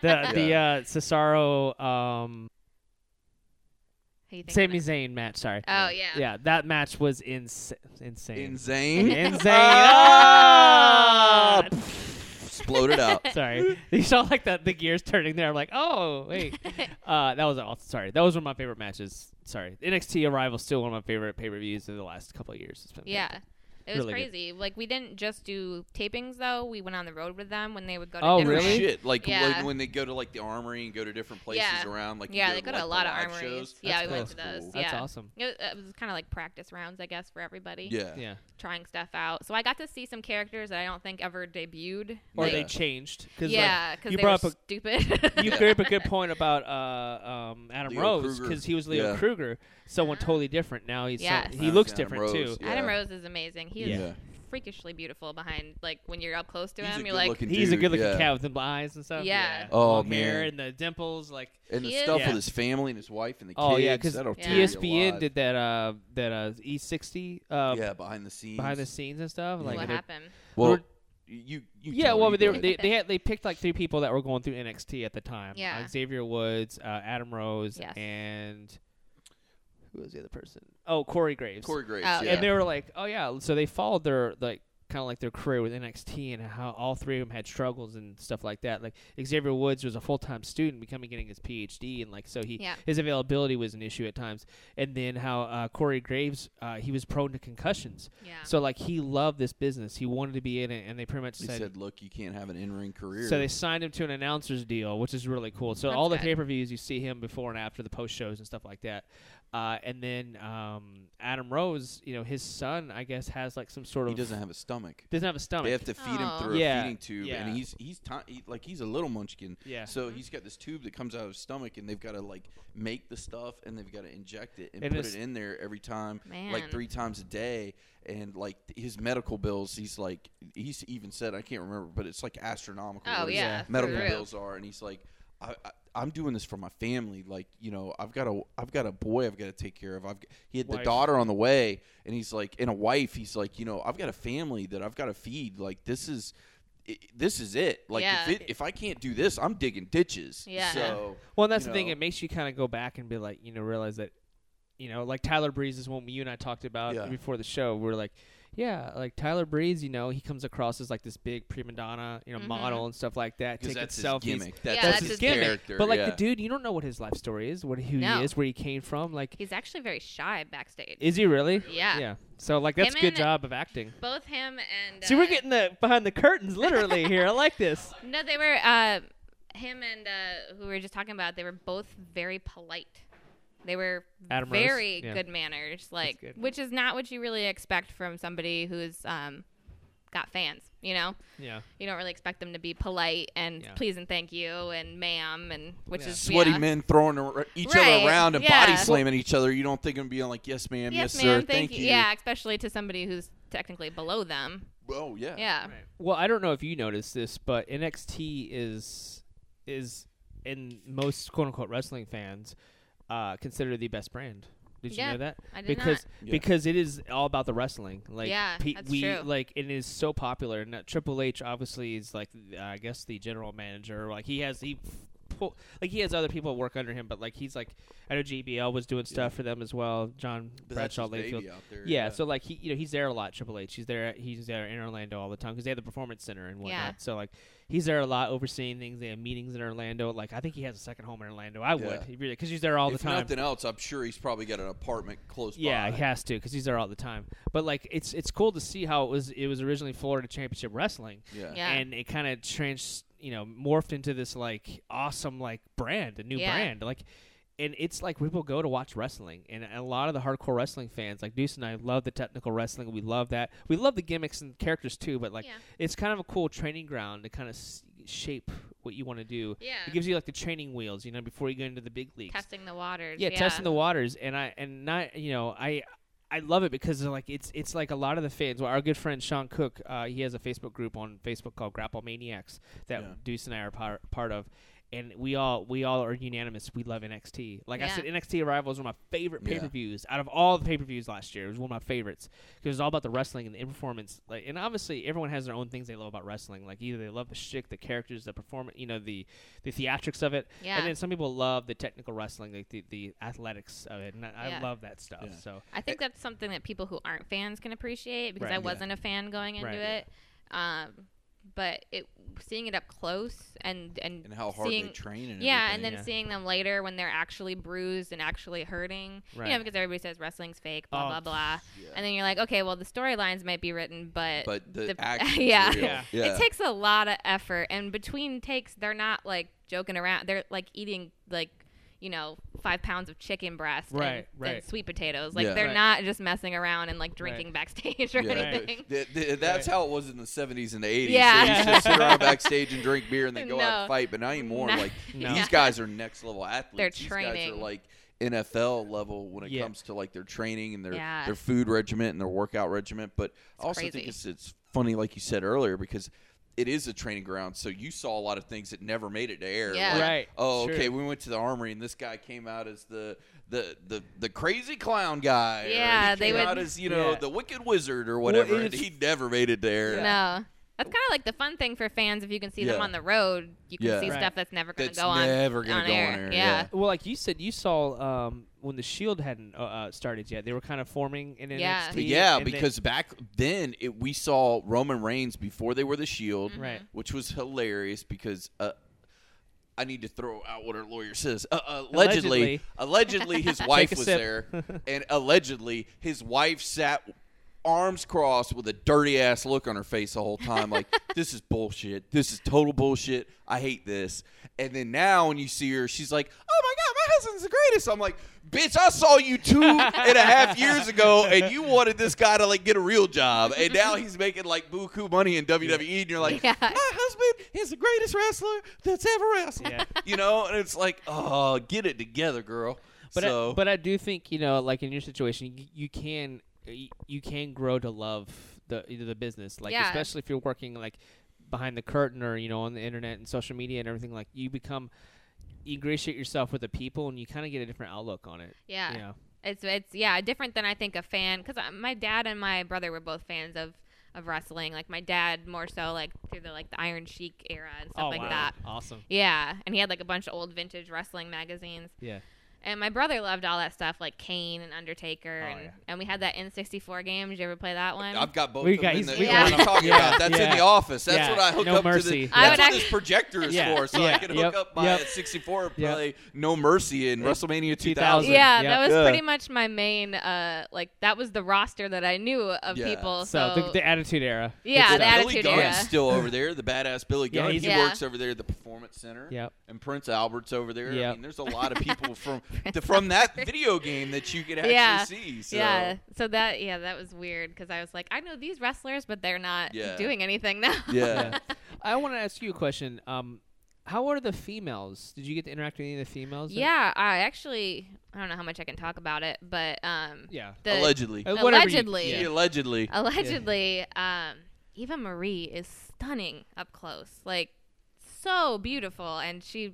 A: the the uh, Cesaro um,
C: Who you think
A: Sami
C: of?
A: Zayn match. Sorry.
C: Oh yeah.
A: Yeah, that match was ins- insane.
B: Insane.
C: *laughs*
A: insane.
B: *laughs* Ah!
A: Ah!
B: Exploded
C: *laughs*
B: out.
A: sorry, *laughs* you saw like that the gears turning there. I'm like, oh
C: *laughs*
A: wait, uh, that was awesome. Sorry, that was one of my favorite matches. Sorry, NXT Arrival still one of my favorite pay per views of the last couple of years. It's been
C: Yeah. It was
A: Really good.
C: crazy. Like we didn't just do tapings though. We went on the road with them when they would go to
A: Oh,
B: No
C: different
A: really?
B: Shit, like
C: Yeah.
B: like when they go to like the armory and go to different places
C: Yeah.
B: around. Like you
C: Yeah,
B: go
C: they
B: to,
C: go to
B: like,
C: a
B: the
C: lot of
B: live
C: armory.
B: shows.
C: Yeah,
A: That's
C: we went to
B: cool.
C: those.
A: That's
C: yeah.
A: awesome.
C: It, it was kind of like practice rounds, I guess, for everybody.
B: Yeah.
A: Yeah.
C: Trying stuff out. So I got to see some characters that I don't think ever debuted.
A: Or
C: Like,
A: they changed. Cause like,
C: yeah, because
A: you
C: they were
A: brought up
C: stupid.
A: *laughs* you
B: Yeah.
A: brought up a good point about uh, um, Adam
B: Leo
A: Rose
B: Kruger.
A: because he was Leo
B: Yeah.
A: Kruger, someone
C: Ah.
A: totally different. Now he's so-
C: Yes.
A: he
B: Now
A: looks
B: it's Adam
A: different
B: Rose,
A: too.
B: yeah.
C: Adam Rose is amazing. He is
B: Yeah.
C: freakishly beautiful behind, like when you're up close to
B: He's
C: him,
B: a
C: you're like,
B: good-looking
A: He's a
B: dude,
A: good-looking
B: yeah.
A: cat with the eyes and stuff.
C: Yeah.
B: Oh,
A: Long hair
B: man.
A: and the dimples, like
B: And the
C: He is-
B: stuff
A: Yeah.
B: with his family and his wife and the
A: oh
B: kids.
A: yeah, because
B: that'll
C: Yeah.
B: tear you
A: ESPN
B: alive.
A: did that uh that uh E60 uh
B: yeah, behind the scenes.
A: behind the scenes and stuff. Like
C: what
A: the-
C: happened?
B: Well,
A: We're-
B: you, you
A: Yeah,
B: tell
A: well,
B: me,
A: but they,
B: go
A: were-
B: ahead.
A: they they had they picked like three people that were going through NXT at the time.
C: Yeah.
A: Uh, Xavier Woods, uh, Adam Rose,
C: Yes.
A: and who was the other person? Oh, Corey Graves.
B: Corey Graves.
C: Oh,
B: yeah.
A: And they were like, oh yeah, so they followed their like kind of like their career with NXT and how all three of them had struggles and stuff like that. Like Xavier Woods was a full time student, becoming getting his PhD, and like so he
C: Yeah.
A: his availability was an issue at times. And then how uh, Corey Graves uh, he was prone to concussions,
C: Yeah.
A: so like he loved this business, he wanted to be in it, and they pretty much
B: They
A: said
B: said, look, you can't have an in-ring career.
A: so they signed him to an announcer's deal, which is really cool. So
C: That's
A: all the
C: good.
A: pay per views you see him before and after the post shows and stuff like that. Uh, and then um, Adam Rose, you know, his son, I guess, has like some sort
B: he
A: of
B: doesn't have a stomach.
A: doesn't have a stomach.
B: They have to feed him
C: Oh.
B: through
A: Yeah,
B: a feeding tube,
A: yeah.
B: and he's he's ti- he, like he's a little munchkin.
A: yeah.
B: So he's got this tube that comes out of his stomach, and they've got to like make the stuff, and they've got to inject it and,
A: And
B: put
A: it's-
B: it in there every time,
C: Man.
B: like three times a day. And like th- his medical bills, he's like he's even said I can't remember, but it's like astronomical.
C: Oh
B: what his
C: yeah. through
B: medical
C: the roof.
B: bills are, and he's like, I, I, I'm doing this for my family. Like, you know, I've got a, I've got a boy, I've got to take care of. I've, g- he had
A: Wife.
B: the daughter on the way, and he's like, and a wife. He's like, you know, I've got a family that I've got to feed. Like, this is, i this is it. Like,
C: Yeah.
B: if it, if I can't do this, I'm digging ditches.
C: Yeah.
B: So
A: well, and that's
B: you
A: the thing.
B: know.
A: It makes you kind of go back and be like, you know, realize that, you know, like Tyler Breeze is one you and I talked about
B: Yeah.
A: before the show. We are like, yeah, like Tyler Breeze, you know, he comes across as like this big prima donna, you know,
C: Mhm.
A: model and stuff like that,
B: because
A: taking
B: that's his
A: selfies.
B: gimmick. That's,
C: that's
B: his
C: his
A: gimmick.
B: character.
A: But like
B: yeah.
A: the dude, you don't know what his life story is, what who
C: No.
A: he is, where he came from. Like,
C: He's actually very shy backstage.
A: is he really?
C: Yeah.
A: Yeah. So like that's
C: Him
A: good
C: and-
A: job of acting.
C: Both him and
A: See, we're
C: uh,
A: getting the behind the curtains literally here. I like
C: *laughs*
A: this.
C: No, they were uh, him and uh, who we were just talking about. They were both very polite. They were
A: Adam Rose,
C: very
A: yeah.
C: good manners, like
A: good.
C: which is not what you really expect from somebody who's um, got fans. You know,
A: Yeah.
C: you don't really expect them to be polite and
A: Yeah.
C: please and thank you and ma'am and which
A: Yeah.
C: is
B: Sweaty
C: yeah.
B: men throwing ar- each
C: Right,
B: other around and
C: yeah.
B: body slamming each other. You don't think of them being like, "Yes, ma'am. Yes,
C: Yes,
B: sir.
C: ma'am.
B: Thank, you."
C: Yeah, especially to somebody who's technically below them.
B: Oh
A: Uh,
B: yeah.
C: Yeah.
A: Well, I don't know if you noticed this, but NXT is is in most quote unquote wrestling fans uh, considered the best brand. Did you
C: Yeah,
A: know that?
C: I did not.
A: because
B: Yeah.
A: because it is all about the wrestling. Like
C: Yeah,
A: pe-
C: that's
A: we
C: true.
A: like it is so popular. And that Triple H obviously is like uh, I guess the general manager. Like he has he f- pull, like he has other people work under him, but like he's like I know GBL was doing stuff for them as well. John
B: But that's
A: Bradshaw
B: his baby
A: Layfield.
B: out there,
A: Yeah, so like he, you know, he's there a lot. Triple H, he's there. He's there in Orlando all the time because they have the performance center and whatnot.
C: Yeah.
A: So like, he's there a lot, overseeing things. They have meetings in Orlando. Like, I think he has a second home in Orlando. I would,
B: Yeah.
A: he really, because he's there all
B: if
A: the time.
B: nothing else, I'm sure he's probably got an apartment close
A: Yeah,
B: by.
A: he has to because he's there all the time. But like, it's it's cool to see how it was. It was originally Florida Championship Wrestling,
B: Yeah.
C: Yeah.
A: and it kind of trans, you know, morphed into this like awesome like brand, a new
C: Yeah.
A: brand, like. And it's like people go to watch wrestling, and a lot of the hardcore wrestling fans, like Deuce and I, love the technical wrestling. We love that. We love the gimmicks and characters too. But like,
C: Yeah.
A: it's kind of a cool training ground to kind of s- shape what you want to do.
C: Yeah.
A: It gives you like the training wheels, you know, before you go into the big leagues
C: Testing the waters.
A: yeah, testing the waters and i and not you know i i love it because they're like it's it's like a lot of the fans well our good friend sean cook uh, he has a facebook group on facebook called grapple maniacs that
B: Yeah.
A: deuce and i are par- part of and we all we all are unanimous. We love NXT. Like I
C: Yeah.
A: said, NXT Arrival is one of my favorite
B: Yeah.
A: pay per views. Out of all the pay per views last year, it was one of my favorites because it's all about the wrestling and the performance. Like, and obviously everyone has their own things they love about wrestling. Like either they love the shtick, the characters, the performance, you know, the the theatrics of it.
C: Yeah.
A: And then some people love the technical wrestling, like the, the athletics of it, and I, I
C: Yeah.
A: love that stuff.
B: Yeah.
A: So
C: I think that's something that people who aren't fans can appreciate because
A: Eh, Right.
C: I
A: Yeah.
C: wasn't a fan going into
A: Right.
C: it. Um, but it seeing it up close and and,
B: and how hard
C: seeing,
B: they train and
C: yeah,
B: everything.
C: and then
A: Yeah.
C: seeing them later when they're actually bruised and actually hurting, you
A: Right.
C: know, because everybody says wrestling's fake, blah
A: Oh,
C: blah blah,
B: Yeah.
C: and then you're like, okay, well the storylines might be written, but,
B: but the,
C: the-
B: action's
C: *laughs* yeah.
B: real.
A: Yeah.
B: yeah.
C: it takes a lot of effort. And between takes, they're not like joking around; they're like eating like you know five pounds of chicken breast and-
A: Right,
C: and,
A: right.
C: sweet potatoes. Like
B: Yeah.
C: they're
A: Right.
C: not just messing around and like drinking backstage *laughs* or
B: Yeah. Right.
C: anything.
B: Th- th- that's how it was in the 70s and the 80s.
C: Yeah.
B: They used to
A: Yeah.
B: sit
C: *laughs*
B: around backstage and drink beer and then go out
C: No.
B: and fight, but not anymore.
C: *laughs* Not-
B: Like,
A: No.
B: these guys are next level athletes.
C: They're
B: These guys
C: training.
B: are like NFL level when it
A: Yeah.
B: comes to like their training and their,
C: Yeah.
B: their food regiment and their workout regiment. But I also
C: crazy.
B: think it's, it's funny, like you said earlier, because it is a training ground. So you saw a lot of things that never made it to air.
C: Yeah.
B: Like,
A: Right.
B: Oh,
A: Sure.
B: okay. We went to the armory, and this guy came out as the the the, the crazy clown guy. or he
C: Yeah, they
B: came
C: would-
B: out as you know
A: Yeah.
B: the wicked wizard or whatever. and
A: it's-
B: he never made it there.
A: Yeah.
C: No. That's kind of like the fun thing for fans. If you can see them
B: Yeah.
C: on the road, you can
B: Yeah.
C: see
A: Right.
C: stuff that's never going to
B: That's
C: go on *laughs*
B: never gonna
C: on
B: go
C: air.
B: on air.
C: Yeah.
A: Well, like you said, you saw um, when the Shield hadn't uh, uh, started yet. They were kind of forming in
C: Yeah.
A: NXT.
B: But yeah,
A: and then-
B: because back then it, we saw Roman Reigns before they were the Shield,
A: Mm-hmm. Right.
B: which was hilarious because uh, I need to throw out what our lawyer says. Uh, uh,
A: Allegedly.
B: allegedly,
A: *laughs*
B: allegedly, his wife
A: Take a
B: was
A: sip.
B: there, and allegedly his wife sat arms crossed with a dirty ass look on her face the whole time,
A: *laughs*
B: like this is bullshit. This is total bullshit. I hate this. And then now when you see her, she's like, oh my god, my husband's the greatest. I'm like, bitch, I saw you two and a half
A: *laughs*
B: years ago, and you wanted this guy to like get a real job, and now he's making like buku money in WWE, and you're like, *laughs*
C: Yeah.
B: my husband is the greatest wrestler that's ever wrestled.
A: Yeah.
B: *laughs* You know, and it's like, oh, get it together, girl.
A: But
B: so,
A: I, but I do think you know, like in your situation, you, you can you, you can grow to love the you know, the business, like
C: Yeah.
A: especially if you're working like behind the curtain or you know on the internet and social media and everything. Like you become you ingratiate yourself with the people and you kind of get a different outlook on it.
C: Yeah.
A: You know?
C: It's it's yeah, different than I think a fan cuz my dad and my brother were both fans of of wrestling. Like my dad more so like through the like the Iron Sheik era and stuff
A: oh
C: like
A: wow,
C: that.
A: awesome.
C: Yeah, and he had like a bunch of old vintage wrestling magazines.
A: Yeah.
C: And my brother loved all that stuff like Kane and Undertaker
A: Oh,
C: and,
A: yeah.
C: and we had that N64 game. Did you ever play that one?
B: I've got both.
A: We
B: of them
A: got-
B: in the,
A: we
C: got
B: what I'm
C: them.
B: talking
A: Yeah.
B: about. That's in
A: Yeah.
B: the office. That's
A: Yeah.
B: what I hook
A: No
B: up
A: mercy.
B: to. The,
C: I
B: that's
C: would
B: what
C: act-
B: this projector is
A: Yeah.
B: for. So I
A: Yeah.
B: can
A: Yep.
B: hook up my
A: Yep.
B: 64 and play No Mercy in WrestleMania
A: 2000.
B: 2000.
C: yeah,
A: Yeah.
C: that was
B: Yeah.
C: pretty much my main. Uh, like that was the roster that I knew of
B: Yeah.
C: people.
A: So,
C: So,
A: the, the attitude era. Good
C: Yeah,
A: stuff.
C: the
B: Billy
C: Attitude
B: Gunn's
C: Era.
B: still over there, the badass Billy
A: Yeah,
B: Gunn.
A: he's-
B: he
C: Yeah.
B: works over there at the Performance Center.
A: Yep.
B: And Prince Albert's over there.
A: Yep.
B: I mean, there's a lot of
C: *laughs*
B: people from the, from that video game that you could actually
C: Yeah.
B: see. So.
C: yeah, so that yeah, that was weird because I was like, I know these wrestlers, but they're not
B: Yeah.
C: doing anything now. *laughs*
A: *laughs*
B: Yeah.
A: I want to ask you a question. Um, how are the females? Did you get to interact with any of the females? there?
C: yeah, I actually I don't know how much I can talk about it, but um,
A: Yeah.
C: the,
B: Allegedly.
A: Uh, whatever you-
C: Allegedly.
A: yeah.
B: He allegedly.
C: allegedly, um, Eva Marie is stunning up close, like so beautiful, and she.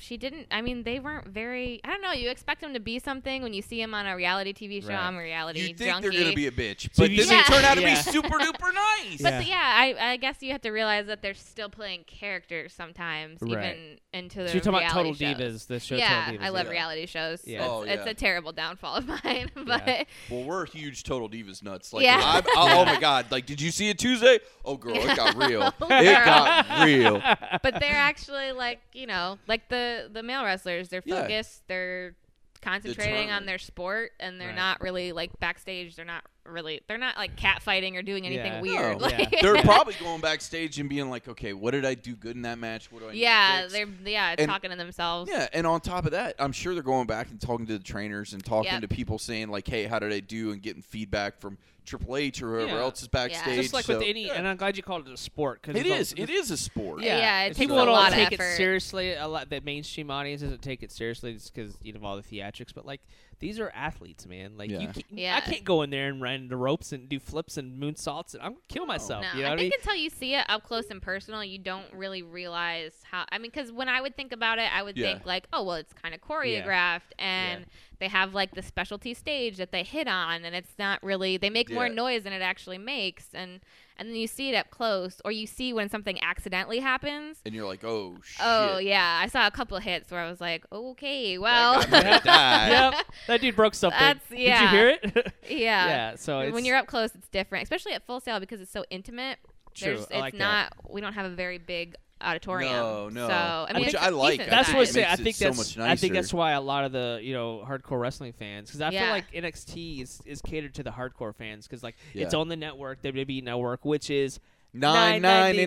C: She didn't. I mean, they weren't very. I don't know. You expect them to be something when you see them on a reality TV show.
A: Right.
C: I'm a reality
B: You think
C: junkie.
B: they're gonna be a bitch,
A: So
B: but
A: you
B: then
C: think-
B: they turn out to
A: Yeah.
B: be super
C: *laughs*
B: duper nice.
A: Yeah.
C: But the- yeah, I, I guess you have to realize that they're still playing characters sometimes,
A: Right.
C: even into
A: So
C: the
A: you're talking about Total
C: reality shows.
A: Divas, the show
C: yeah,
A: Total Divas.
C: I love
B: yeah.
C: reality shows.
A: Yeah.
C: It's,
B: Oh,
C: it's
B: yeah.
C: a terrible downfall of mine, *laughs* but
B: Well, we're huge total divas nuts. Like,
C: Yeah.
B: I'm, I, oh my god! Like, did you see it Tuesday? Oh girl, it got real.
C: *laughs*
B: It
C: Girl.
B: got real.
C: but they're actually like you know like the the male wrestlers. They're
B: Yeah.
C: focused. They're concentrating on
B: Determined.
C: their sport, and they're
A: Right.
C: not really like backstage. They're not really. They're not like catfighting or doing anything
A: Yeah.
C: weird.
A: No.
C: like,
B: They're probably going backstage and being like, okay, what did I do good in that match? What do I? need to
C: *laughs* yeah,
B: fix?
C: they're yeah
B: And-
C: talking to themselves.
B: Yeah, and on top of that, I'm sure they're going back and talking to the trainers and talking
C: Yep.
B: to people, saying like, "Hey, how did I do?" and getting feedback from Triple H or whoever
A: Yeah.
B: else is
A: *laughs*
B: backstage.
A: Just like
B: so-
A: with any,
B: Yeah.
A: and I'm glad you called it a sport because
B: it is. It is a sport.
A: Yeah,
C: Yeah, it
A: If
C: takes
A: people
B: a
A: don't
B: lot of
A: take it
C: effort.
A: seriously. A lot the mainstream audience doesn't take it seriously just because you know all the theatrics. But like these are athletes, man. Like you,
B: Yeah.
A: can't, I
C: Yeah.
A: can't go in there and run the ropes and do flips and moonsaults, and I'm gonna kill myself.
C: Oh, No,
A: you know
C: I
A: what I
B: *laughs*
A: mean?
C: think until you see it up close and personal, you don't really realize how. I mean, because when I would think about it, I would
B: Yeah.
C: think like, oh well, it's kind of choreographed, and they have like the specialty stage that they hit on, and it's not really. They make more
B: Yeah.
C: noise than it actually makes, and and then you see it up close, or you see when something accidentally happens.
B: And you're like, "Oh shit."
C: Oh yeah, I saw a couple hits where I was like, okay, well,
B: That guy might have died.
A: *laughs* yep, that dude broke something.
C: That's- yeah.
A: Did you hear it?
C: *laughs* *laughs* yeah.
A: So it's, *laughs*
C: when you're up close, it's different, especially at full sale because it's so intimate.
A: True,
C: There's,
A: I
C: it's
A: like that.
C: not. We don't have a very big auditorium.
B: No, no.
C: So I mean,
B: Which
C: it's
B: I like,
C: decent
B: I
A: That's
B: think
A: what I
B: it
C: size.
A: say. I
B: makes it
A: think
B: so
A: that's
B: much
A: I think
B: nicer.
A: that's why a lot of the you know hardcore wrestling fans because I feel
C: Yeah.
A: like NXT is, is catered to the hardcore fans because like it's
B: Yeah.
A: on the network WWE Network which is
B: Nine ninety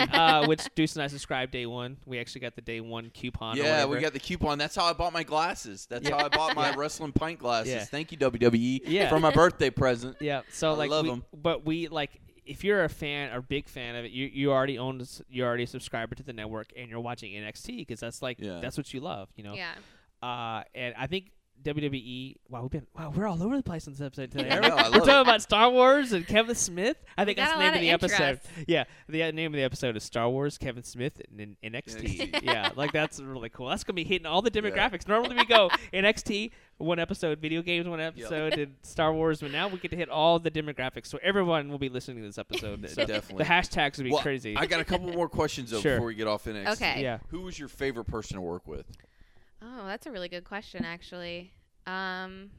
A: *laughs* uh, which Deuce and I subscribed day one. We actually got the day one coupon. or
B: Yeah, we
A: whatever.
B: got the coupon. That's how I bought my glasses. That's how I bought my
A: Yeah.
B: wrestling pint glasses.
A: Yeah.
B: Thank you WWE
A: Yeah.
B: for my birthday
A: *laughs*
B: present.
A: Yeah, so
B: I
A: like,
B: love
A: we,
B: 'em.
A: but we like if you're a fan or big fan of it, you you already own this- you're already a subscriber to the network and you're watching NXT because that's like
B: Yeah.
A: that's what you love, you know.
C: Yeah.
A: Uh, and I think WWE. Wow, we've been wow, we're all over the place on this episode today.
B: *laughs* I know,
A: we're
B: I love
A: talking
B: it.
A: about Star Wars and Kevin Smith. I think
C: got
A: that's
C: a
A: the name
C: lot
A: of the
C: of
A: episode.
C: interest.
A: Yeah, the uh, name of the episode is Star Wars, Kevin Smith, and, then NXT. *laughs*
B: NXT.
A: yeah, like that's really cool. That's gonna be hitting all the demographics. Normally we
B: *laughs*
A: go NXT one episode, video games one episode, and Star Wars, but now we get to hit all the demographics. So everyone will be listening to this
B: *laughs*
A: episode. So
B: Definitely.
A: the hashtags would be
B: Well,
A: crazy.
B: I got a couple more questions though
A: Sure.
B: before we get off NXT.
C: Okay.
A: yeah,
B: Who was your favorite person to work with?
C: Oh, that's a really good question, actually. Um,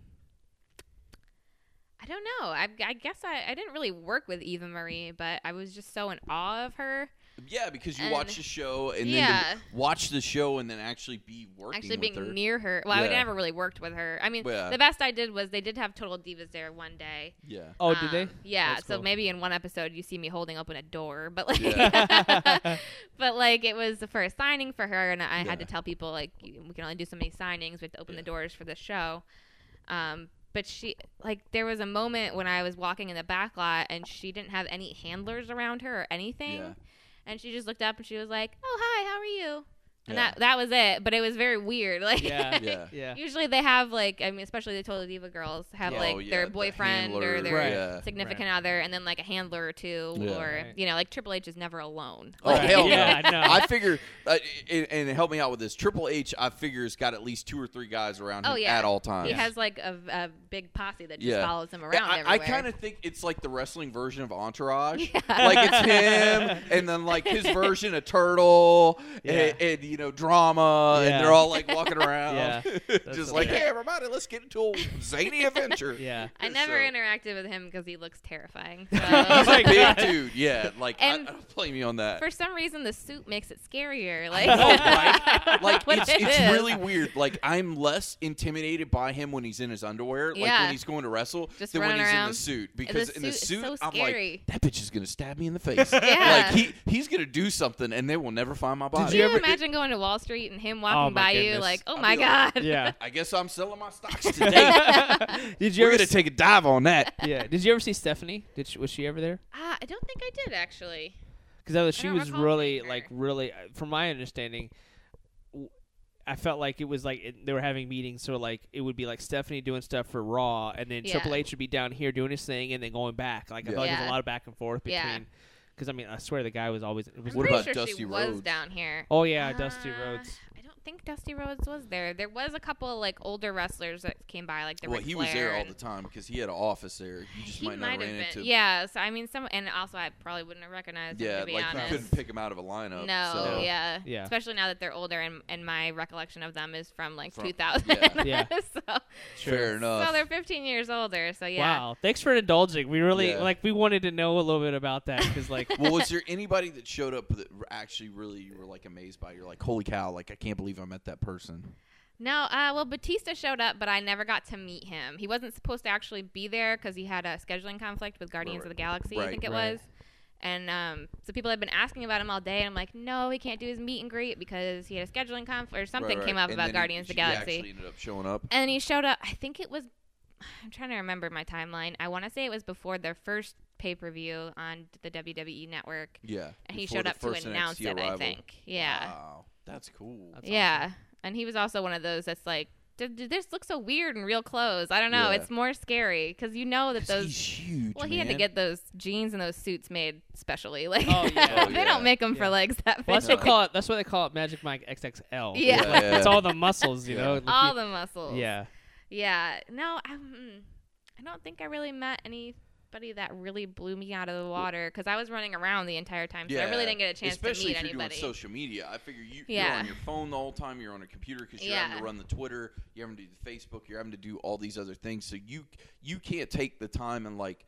C: I don't know. I, I guess I, I didn't really work with Eva Marie, but I was just so in awe of her
B: Yeah, because you
C: And-
B: watch the show and
C: Yeah.
B: then to watch the show and then actually be working
C: actually
B: with
C: being
B: her.
C: near her. Well, I
B: Yeah.
C: never really worked with her. I mean,
B: Yeah.
C: the best I did was they did have Total Divas there one day.
B: yeah.
A: Oh, did
C: *laughs*
A: they? *laughs*
C: Um, Yeah.
A: That's
C: so
A: cool.
C: maybe in one episode you see me holding open a door, but
A: *laughs*
C: like, *laughs*
A: Yeah.
C: but like it was the first signing for her, and I
B: Yeah.
C: had to tell people like you- we can only do so many signings. We have to open
B: Yeah.
C: the doors for the show. Um, but she like there was a moment when I was walking in the back lot and she didn't have any handlers around her or anything,
B: Yeah.
C: and she just looked up and she was like, "Oh hi, how are you?" And
B: Yeah.
C: that that was it. But it was very weird. *laughs* Like
A: Yeah.
B: *laughs* Yeah.
A: yeah.
C: Usually they have like I mean especially the Total Diva girls have
B: Yeah.
C: like
B: Oh, yeah,
C: their
B: the
C: boyfriend
B: handler,
C: or their
A: Right.
B: yeah.
C: significant other and then like a handler or two
B: Yeah.
C: or
A: Right.
C: you know like Triple H is never alone.
B: Oh
A: Right.
B: *laughs*
C: *laughs*
B: hell
A: Yeah,
B: no!
A: no.
B: I figure, uh, and, and help me out with this. Triple H, I figure, has got at least two or three guys around him
C: Oh, yeah.
B: at all times.
C: He has like a, a big posse that just
B: Yeah.
C: follows him
B: Yeah,
C: around
B: I, I
C: everywhere. *laughs*
B: kind of think it's like the wrestling version of Entourage.
C: Yeah.
B: Like
A: *laughs*
B: it's him, and then like his version of Turtle,
A: Yeah.
B: and, and you know drama,
A: Yeah.
B: and they're all like walking around, *laughs*
A: Yeah.
B: just
A: what
B: like,
A: it is.
B: hey everybody, let's get into a zany adventure.
A: *laughs* Yeah.
C: *laughs* I
B: *laughs*
C: never *laughs*
B: So-
C: interacted with him because he looks
B: *laughs*
C: terrifying.
B: He's
C: So.
A: my
B: a big
C: *laughs*
A: God.
B: dude, yeah. Like I, I
C: And
B: don't blame you on that.
C: For *laughs* some reason, the suit makes it scarier.
B: I
C: Like,
B: know,
C: *laughs*
B: right? Like
C: What
B: it's,
C: it
B: it's
C: is.
B: really weird. Like I'm less intimidated by him when he's in his underwear, like
C: Yeah.
B: when he's going to wrestle,
C: Just
B: than when
C: running
B: he's in the
C: around.
B: suit.
C: the
B: Because in the
C: is
B: suit,
C: so
B: I'm like,
C: scary.
B: that bitch is gonna stab me in
C: *laughs*
B: the face.
C: Yeah.
B: Like he he's gonna do something and they will never find my body.
A: Did
C: Can
A: you
C: you,
A: ever-
C: imagine going to Wall Street and him
A: Oh,
C: walking
A: my
C: by you
A: goodness.
C: like, oh
B: I'd
C: my
B: be like-
C: god?
A: yeah.
B: I guess I'm selling
A: *laughs*
B: my stocks today.
A: did you
B: You're
A: ever
B: gonna
A: s-
B: take a dive on that.
A: yeah? Did you ever see Stephanie? Did she, was she ever there?
C: *laughs* Ah, I don't think I did actually.
A: because she
C: don't
A: was
C: recall
A: really
C: seeing
A: like
C: her.
A: really uh, from my understanding w- i felt like it was like it, they were having meetings so like it would be like stephanie doing stuff for raw and then
C: Yeah.
A: triple h would be down here doing his thing and then going back like i
B: Yeah.
A: felt like there's a
C: Yeah.
A: lot of back and forth between
C: Yeah.
A: because i mean i swear the guy was always it was
C: I'm
B: What
C: pretty
B: about
C: sure
B: Dusty
C: she was
B: Rhodes?
C: down here.
A: oh yeah dusty
C: Uh,
A: rhodes
C: I don't think Dusty Rhodes was there. There was a couple like older wrestlers that came by, like the
B: well,
C: Ric
B: he was there
C: Flair
B: all
C: and-
B: the time because he had an office there. You just
C: he
B: might not have ran
C: have
B: into
C: been.
B: him.
C: Yeah, so I mean, some and also I probably wouldn't have recognized
B: Yeah,
C: him to be
B: like
C: honest.
B: you couldn't pick him out of a lineup.
C: no,
B: so.
C: yeah,
A: Yeah.
C: especially now that they're older, and and my recollection of them is from like
B: From- Uh,
C: 2000. *laughs*
A: Yeah.
C: so,
B: Fair enough.
C: so they're *laughs* 15 years older. So yeah,
A: wow thanks for indulging we really
B: Yeah.
A: like we wanted to know a little bit about that because like
B: well, was there anybody that showed up that r- actually really you were like amazed by? You're like, holy cow! Like I can't believe I met that person.
C: No, uh, well, Batista showed up, but I never got to meet him. He wasn't supposed to actually be there because he had a scheduling conflict with Guardians
B: Right,
C: of the Galaxy,
B: right,
C: I think it
A: right.
C: was. And um, so people had been asking about him all day, and I'm like, no, he can't do his meet and greet because he had a scheduling conflict or something
B: Right,
C: came
B: right.
C: up
B: And
C: about
B: then
C: Guardians
B: he,
C: of the Galaxy.
B: He actually ended up showing up.
C: and then he showed up. I think it was. *sighs* I'm trying to remember my timeline. I want to say it was before their first pay per view on the WWE Network,
B: Yeah,
C: and he
B: before
C: showed
B: the
C: up to
B: first
C: announce
B: NXT
C: it. I
B: arrival.
C: think. Yeah.
B: Wow, that's cool.
A: That's
C: yeah, and he was also one of those that's like, "Did- did this looks so weird in real clothes. I don't know.
B: Yeah.
C: It's more scary because you know that
B: 'Cause
C: those.
B: he's huge.
C: well, he had to
B: man.
C: get those jeans and those suits made specially. Like,
A: Oh, yeah.
C: *laughs* they
B: Oh, yeah.
C: don't make them
A: Yeah.
C: for legs that
A: well,
C: big.
A: that's what they call it that's what they call it magic mike xxl
C: Yeah.
A: It's like, it's all the muscles you
B: Yeah.
A: know like you-
C: All the muscles.
A: yeah
C: Yeah. No, I, mm, I don't think I really met anybody that really blew me out of the water because I was running around the entire time, so
B: Yeah,
C: I really didn't get a chance
B: Especially
C: to meet
B: if you're
C: anybody.
B: doing social media, I figure you, you're
C: Yeah.
B: on your phone the whole time. You're on a computer because you're having to
C: Yeah.
B: run the Twitter, you're having to do the Facebook, you're having to do all these other things. So you you can't take the time and like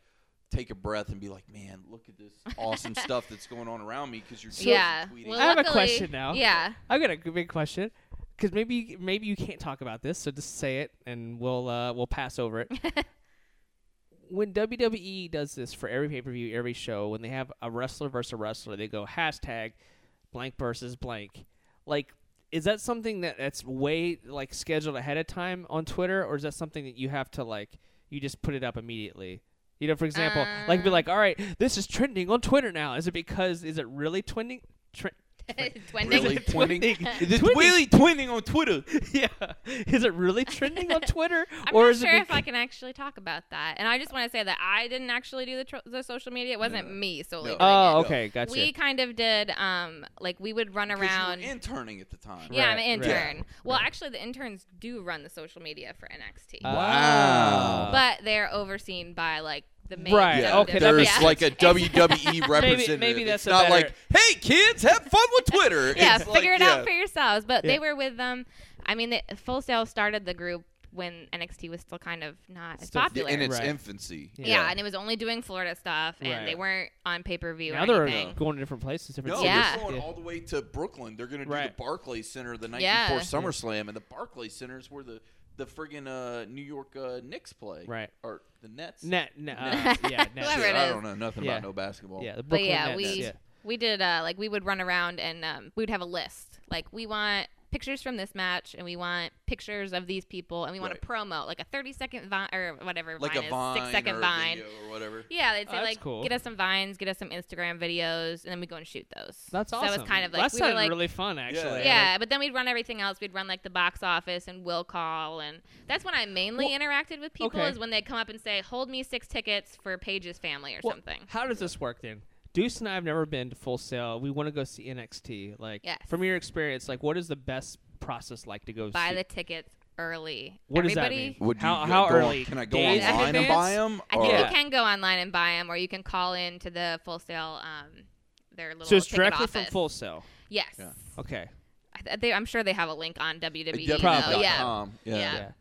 B: take a breath and be like, man, look at
C: *laughs*
B: this awesome stuff that's going on around me because you're just
C: yeah.
B: tweeting.
C: Well,
A: I have a
C: luckily-
A: question now.
B: *laughs*
C: Yeah.
A: I got a g- big question because maybe maybe you can't talk about this, so just say it and we'll uh, we'll pass over it. when WWE does this for every pay per view, every show, when they have a wrestler versus a wrestler, they go hashtag blank versus blank. Like, is that something that that's way like scheduled ahead of time on Twitter, or is that something that you have to like you just put it up immediately? You know, for example, like be
C: Uh.
A: like, all right, this is trending on Twitter now. Is it because is it really trending? Tre-
C: Twending.
B: Really twinning.
A: *laughs* Twinning.
B: It's
A: Twinning.
B: really twinning on Twitter.
A: *laughs* yeah. Is it really trending *laughs* on Twitter,
C: *laughs* I'm
A: or
C: not
A: is
C: sure
A: it?
C: if I can actually talk about that. And I just want to say that I didn't actually do the, tr- the social media. It wasn't
B: No.
C: me solely.
B: No.
C: doing
A: oh,
B: it.
A: okay, gotcha.
C: We kind of did, um, like, we would run
B: 'Cause you were
C: around.
B: interning at the time.
C: Yeah, I'm an
A: Right,
B: right.
C: intern. Well, actually, the interns do run the social media for NXT,
A: Oh,
B: Wow.
C: but they're overseen by like the main.
A: Uh, Right,
C: executive.
B: Yeah,
A: okay, that
B: there's
A: makes sense.
B: like a WWE representative.
A: maybe that's
B: it's
A: a
B: not
A: better-
B: like, hey kids, have fun with Twitter.
C: *laughs* yeah,
B: It's like,
C: figure it
B: yeah.
C: out for yourselves. But
A: Yeah.
C: they were with them. I mean, the, Full Sail started the group when NXT was still kind of not as
A: Still-
C: popular.
B: in its
A: Right.
B: infancy.
A: Yeah.
C: yeah. and it was only doing Florida stuff, and
A: Right.
C: they weren't on pay per view or
A: now they're
C: anything.
A: going to different places, different
B: No,
A: cities.
C: Yeah.
B: they're going all the way to Brooklyn. They're going to do
A: Right.
B: the Barclays Center the night
C: Yeah.
B: before
C: Yeah.
B: SummerSlam, and the Barclays Center is where the the friggin' uh, New York uh, Knicks play,
A: Right.
B: Or the Nets.
A: Net, net, uh,
B: Net.
A: yeah, net.
B: Shit,
C: *laughs* Whoever it
B: I
C: is.
B: don't know nothing
A: Yeah.
B: about no basketball.
A: yeah, the
C: But
A: Brooklyn
C: yeah,
A: Nets,
C: we-
A: yeah.
C: We did uh, like we would run around and um, we'd have a list. Like we want pictures from this match, and we want pictures of these people, and we want
B: Right.
C: a promo, like a thirty second vine or whatever
B: like
C: vine
B: a
C: is,
B: Vine,
C: six second
B: or a
C: vine.
B: video or whatever.
C: Yeah, they'd
A: Oh,
C: say
A: that's
C: like,
A: cool.
C: get us some vines, get us some Instagram videos, and then we go and shoot those.
A: That's
C: so
A: awesome.
C: That was kind of like
A: that
C: we were
A: sounded
C: like,
A: really fun, actually.
C: yeah. But then we'd run everything else. We'd run like the box office and will call, and that's when I mainly
A: Well,
C: interacted with people
A: okay.
C: is when they'd come up and say, hold me six tickets for Paige's family or
A: Well,
C: something.
A: How does this work then? Deuce and I have never been to Full Sail. We want to go see NXT. Like,
C: Yes.
A: from your experience, like, what is the best process like to go
C: Buy
A: see?
C: the tickets early.
A: what does that
C: Everybody,
A: mean?
B: Would
A: how
B: you
A: how
B: go on-
A: early?
B: can I go
A: Days in
B: online and buy
A: advance?
B: them?
C: I think
A: Yeah.
C: you can go online and buy them, or you can call in to the Full Sail, um, their little
A: So it's
C: ticket
A: directly
C: office.
A: from Full Sail.
C: Yes.
B: Yeah.
A: Okay.
C: I th- they, I'm sure they have a link on WWE. though.
A: Probably.
C: Yeah.
B: Yeah.
C: Yeah.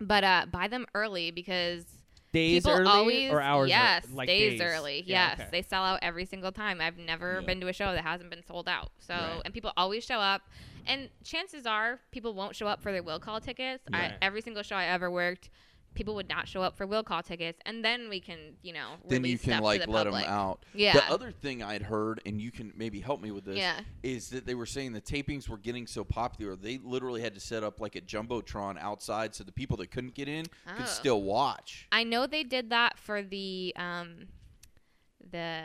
C: But uh, buy them early because
A: Days
C: people
A: early
C: always
A: or hours? ear-
C: yes
A: like
C: days, early.
A: Yeah,
C: yes,
A: okay.
C: they sell out every single time. I've never
B: Yeah.
C: been to a show that hasn't been sold out. So
A: Right.
C: and people always show up, and chances are people won't show up for their will call tickets. I,
A: Right.
C: every single show I ever worked. People would not show up for will call tickets, and then we can, you know,
B: Then you
C: release stuff
B: can
C: to
B: like
C: the
B: let them
C: public.
B: out.
C: Yeah,
B: The other thing I'd heard, and you can maybe help me with this,
C: yeah,
B: is that they were saying the tapings were getting so popular they literally had to set up like a jumbotron outside so the people that couldn't get in
C: Oh.
B: could still watch.
C: I know they did that for the um, the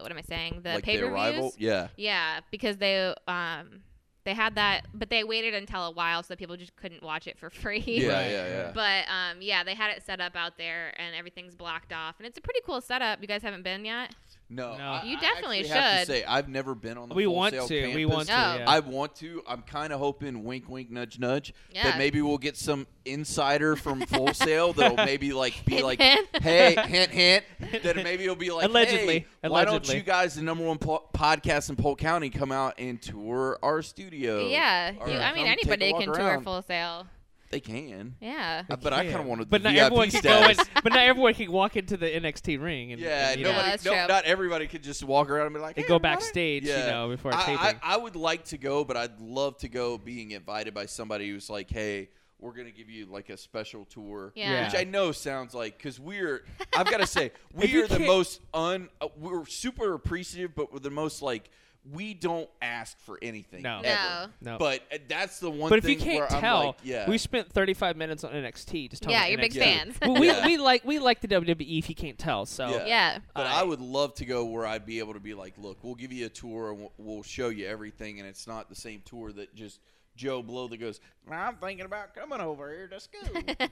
C: what am I saying? The
B: like
C: pay per
B: the arrival,
C: views.
B: yeah.
C: Yeah, because they um they had that, but they waited until a while so people just couldn't watch it for *laughs* free.
B: Yeah,
A: Right.
B: yeah, yeah.
C: But um, yeah, they had it set up out there, and everything's blocked off, and it's a pretty cool setup. You guys haven't been yet.
B: No,
A: No.
B: I-
C: You
B: I
C: definitely
B: actually have to
C: should.
B: say I've never been on the
A: We
B: Full
A: want
B: Sail
A: to. We
B: campus.
A: want to.
C: Oh.
A: Yeah.
B: I want to. I'm kind of hoping, wink, wink, nudge, nudge,
C: Yeah.
B: that maybe we'll get some insider from Full Sail that'll
C: *laughs*
B: maybe like be like, *laughs*
C: Hint, hint.
A: *laughs*
B: hey, hint, hint, that maybe it'll be like,
A: Allegedly.
B: hey, why don't
A: Allegedly.
B: you guys, the number one po- podcast in Polk County, come out and tour our studio?
C: yeah,
B: Or
C: you, I mean
B: come take a
C: anybody
B: walk
C: can tour
B: around.
C: full sale.
B: They can,
C: Yeah.
B: Uh, but I
A: Yeah.
B: kind of wanted
A: But
B: the
A: not
B: VIP
A: everyone can go in.
B: status.
A: But not everyone can walk into the NXT ring. And,
B: *laughs* Yeah,
A: and, you know,
B: nobody,
C: that's
B: no,
C: true.
B: not everybody could just walk around and be like,
A: they
B: "Hey,
A: go
B: everybody."
A: backstage, you
B: Yeah.
A: know, before taping.
B: I, I, I would like to go, but I'd love to go being invited by somebody who's like, hey, we're going to give you like a special tour.
C: Yeah.
B: Which I know sounds like,
A: *laughs*
B: because we're, I've got to say, we
A: you
B: are the
A: can't-
B: most un, uh, we're super appreciative, but we're the most like, we don't ask for anything.
A: No.
B: ever.
A: No.
B: But uh, that's the one
A: but if you
B: thing
A: can't
B: where
A: tell,
B: I'm like, yeah.
A: we spent 35 minutes on NXT just talking
C: Yeah,
A: about
C: you're big
A: NXT.
C: fans.
A: Well, we,
B: Yeah.
A: we like we like the WWE if you can't tell. So
B: Yeah.
C: yeah.
B: But
A: I-
B: I, would love to go where I'd be able to be like, look, we'll give you a tour and we'll, we'll show you everything, and it's not the same tour that just Joe Blow that
A: *laughs*
B: goes. "Well, I'm thinking about coming over here to school.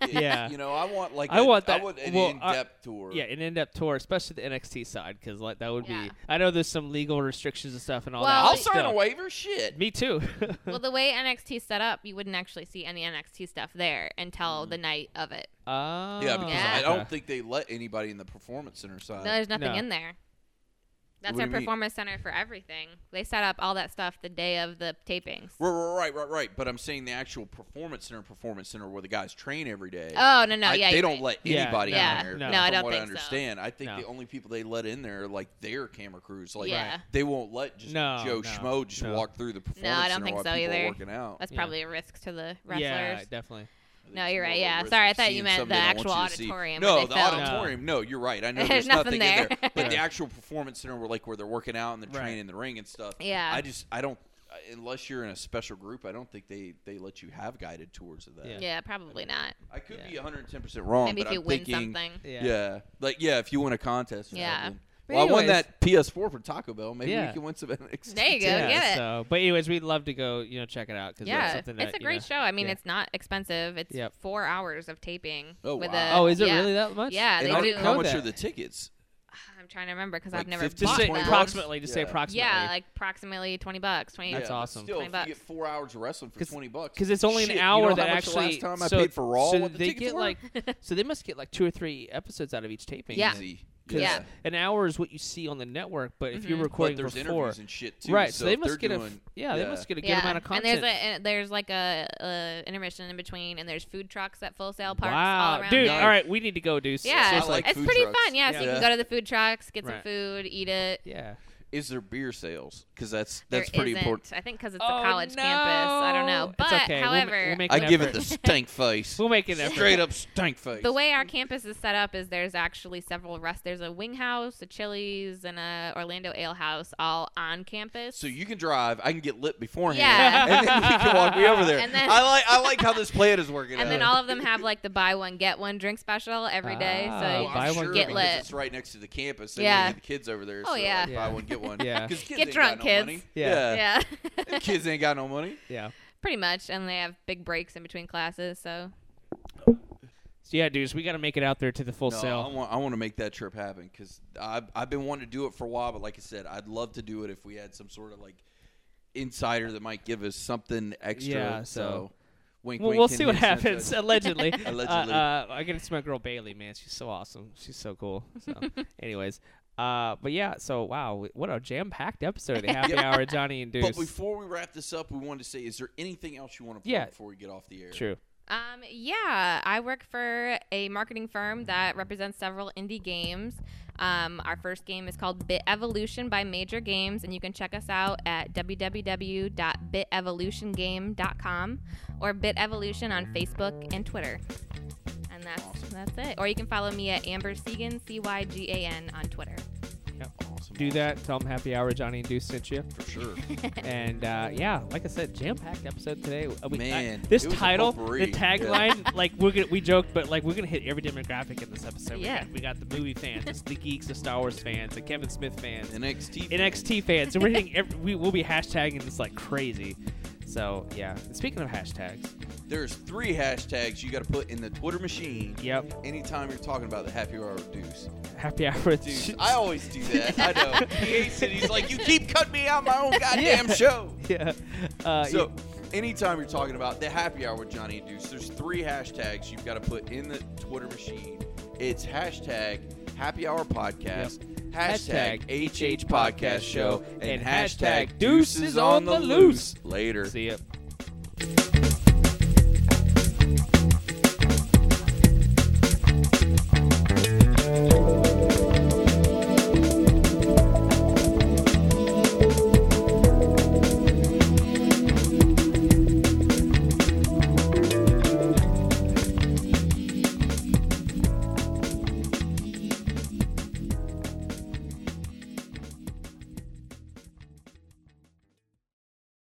A: Yeah.
B: you know, I want like
A: I
B: a-
A: want
B: I
A: that-
B: want an
A: well, I-
B: in-depth tour.
A: yeah, an in-depth tour, especially the NXT side, because like that would
C: Yeah.
A: be. I know there's some legal restrictions and stuff and all
C: Well,
A: that.
B: I'll
A: but
B: sign
A: still.
B: a waiver. Shit.
A: Me too.
C: Well, the way NXT set up, you wouldn't actually see any NXT stuff there until
B: Mm.
C: the night of it.
A: oh,
B: Yeah, because
C: Yeah.
B: I don't think they let anybody in the performance center side.
C: There's nothing
A: No.
C: in there.
B: Uh,
C: That's
B: What
C: our
B: do you mean?
C: performance center for everything. They set up all that stuff the day of the tapings.
B: Right, right, right, right. But I'm saying the actual performance center, performance center where the guys train every day.
C: Oh no no
B: I-
C: yeah
B: they
C: you're
B: don't
C: right.
B: let
A: Yeah,
B: anybody
C: yeah,
B: in there.
A: no.
B: from
A: No,
C: I don't
B: what I
C: think so.
B: understand, I think
A: No.
B: the only people they let in there are like their camera crews. Like
C: Yeah. Right.
B: they won't let just
A: No,
B: Joe
A: no,
B: Schmo just
A: no.
B: walk through the performance
C: I
B: center
C: don't think
B: while
C: so
B: people are
C: either.
B: working out.
C: That's
A: Yeah.
C: probably a risk to the wrestlers.
A: Yeah, definitely.
B: I think
C: No,
B: it's
C: you're
B: more
C: right,
B: of a
C: yeah.
B: risk
C: Sorry, I
B: of
C: thought you
B: seeing
C: meant
B: something
C: the
B: they don't
C: actual
B: want you to see.
C: auditorium where
B: No,
C: they
B: the
C: film.
B: auditorium. No, you're right. I know
C: *laughs* There's
B: there's nothing,
C: nothing
B: in there,
C: there.
B: but the
A: Right.
B: actual performance center where like where they're working out and they're
A: Right.
B: training in the ring and stuff.
C: Yeah.
B: I just I don't unless you're in a special group. I don't think they they let you have guided tours of that.
A: Yeah.
C: Yeah, probably not.
B: I could
A: Yeah.
B: be 110 percent wrong,
C: Maybe
B: but
C: if you
B: I'm
C: win
B: thinking.
C: something.
A: Yeah.
B: Yeah. like yeah, if you win a contest. Or
C: Yeah.
B: Something.
A: But
B: Well, I won
A: anyways-
B: that PS4 from Taco Bell. Maybe we
A: Yeah.
B: can win some *laughs* NXT.
C: There you go.
A: yeah,
C: get it.
A: So, but anyways, we'd love to go. You know, check it out because
C: Yeah,
A: something that
C: it's a
A: you
C: great
A: know-
C: show. I mean,
A: yeah.
C: it's not expensive. It's
A: Yep.
C: four hours of taping.
B: Oh,
C: with
B: wow.
C: a-
A: Oh, is it
C: yeah.
A: really that much?
C: Yeah,
B: And
C: they
B: how,
C: do.
B: how
A: know
B: much are
A: that.
B: the tickets?
C: *sighs* I'm trying to remember because
B: Like
C: I've never
B: 15,
A: Just
C: bought
A: say
B: 20
C: them.
B: bucks?
A: approximately. Just say
B: Yeah.
A: approximately.
C: Yeah, like approximately twenty bucks. Twenty.
A: That's
B: yeah, but
A: awesome.
B: Still, if
C: 20
B: you get
C: bucks.
B: four hours of wrestling for
A: 'Cause-
B: twenty bucks.
A: because it's only
B: Shit,
A: an
B: you know
A: hour
B: how
A: that
B: much the
A: actually.
B: last time I
A: so,
B: paid for Raw,
A: so
B: what the
A: they
B: tickets
A: get
B: were?
A: like,
C: *laughs*
A: so they must get like two or three episodes out of each taping.
C: Yeah.
B: Easy.
A: 'Cause
C: Yeah.
A: an hour is what you see on the network, but if you're
C: Mhm.
B: But
A: recording
B: there's
A: for four,
B: interviews and shit too.
A: right?
B: So,
A: So, they
B: if they're
A: must get a, f-
B: doing,
A: yeah, they
B: yeah.
A: must get a good
C: yeah.
A: amount of content.
C: And there's a, and there's like a, a intermission in between, and there's food trucks at Full Sail parks
A: wow,
C: all around.
A: dude!
C: there.
A: All right, we need to go do. s-
C: Yeah,
A: seriously.
B: like
C: it's
B: food
C: pretty
B: trucks.
C: fun. Yeah, so you can
B: Yeah.
C: go to the food trucks, get some
A: Right.
C: food, eat it.
A: yeah.
B: Is there beer sales? Because that's
C: There
B: that's pretty
C: isn't,
B: important.
C: I think because it's
A: Oh,
C: a college campus. I don't
A: no.
C: know.
A: It's
C: But
A: okay. We'll ma-
C: however,
A: we'll make
B: I
A: an
B: give it
A: effort.
B: the stank face.
A: *laughs* We'll make an effort.
B: Straight
C: *laughs*
B: up stank face.
C: The way our campus is set up is there's actually several rest. There's a wing house, a Chili's, and a Orlando Ale House all on campus.
B: So you can drive. I can get lit beforehand.
C: Yeah.
B: and then you can walk me over there.
C: *laughs* And then-
B: I like I like how this plan is working out.
C: *laughs* and then all of them have like the buy one get one drink special every day.
A: Ah,
C: so
B: Well,
C: you
A: buy
B: I'm
C: just
A: one,
B: sure
C: get
B: because
C: lit.
B: It's right next to the campus. They
C: Yeah.
B: yeah. The kids over there.
C: Oh,
B: so
C: yeah.
B: Like,
A: Yeah.
B: Buy one get one.
A: Yeah.
B: *laughs* 'Cause kids
C: Get
B: ain't
C: drunk,
B: got no
C: kids.
B: money.
A: Yeah.
B: *laughs*
C: yeah, *laughs*
B: kids ain't got no money.
A: Yeah.
C: pretty much. And they have big breaks in between classes. So
A: So yeah, dudes, we got to make it out there to the full
B: No, I
A: sale.
B: want I want to make that trip happen because I've I've been wanting to do it for a while. But like I said, I'd love to do it if we had some sort of like insider that might give us something extra.
A: Yeah,
B: so.
A: so-
B: Wink,
A: Well,
B: wink,
A: we'll
B: hint,
A: see what
B: hint, nudge,
A: happens.
B: nudge.
A: *laughs* Allegedly,
B: Allegedly.
A: Uh, uh, I get it's my girl Bailey, man. She's so awesome. She's so cool.
C: *laughs*
A: So, anyways, uh, but yeah. So wow, what a jam-packed episode
C: *laughs*
A: of the Happy
B: Yeah.
A: Hour, Johnny and Deuce.
B: But before we wrap this up, we wanted to say: Is there anything else you want to plug
A: Yeah.
B: before we get off the air?
A: True.
C: Um, yeah, I work for a marketing firm that represents several indie games. Um, our first game is called Bit Evolution by Major Games, and you can check us out at www.bitevolutiongame.com or Bit Evolution on Facebook and Twitter. And that's that's it. Or you can follow me at Amber Segan, C Y G A N, on Twitter.
B: Awesome,
A: Do that. Tell them Happy Hour, Johnny and Deuce sent you.
B: for
A: *laughs*
B: sure.
A: And uh, yeah, like I said, jam-packed episode today. Uh, we- I-
B: Man,
A: this
B: it was a
A: title,
B: potpourri.
A: the
B: Yeah.
A: tagline,
B: *laughs*
A: like we're gonna, we joked, but like we're gonna hit every demographic in this episode. We
C: Yeah.
A: got- we got, the movie fans, it's the geeks, the Star Wars fans, the Kevin Smith fans,
B: NXT.
A: NXT fans. So we're hitting every, we will be hashtagging this like crazy. So yeah. And speaking of hashtags,
B: There's three hashtags you got to put in the Twitter machine.
A: yep,
B: Anytime you're talking about the happy hour with Deuce.
A: happy hour. with
B: Deuce.
A: *laughs* Deuce.
B: I always do that. I know. He hates it. He's like, you keep cutting me out my own goddamn
A: *laughs* Yeah.
B: show.
A: yeah. Uh,
B: So, anytime you're talking about the happy hour with Johnny and Deuce, there's three hashtags you've got to put in the Twitter machine. It's hashtag happy hour podcast, hashtag, HH podcast show, and hashtag Deuce is on the loose. Later.
A: yeah. see it.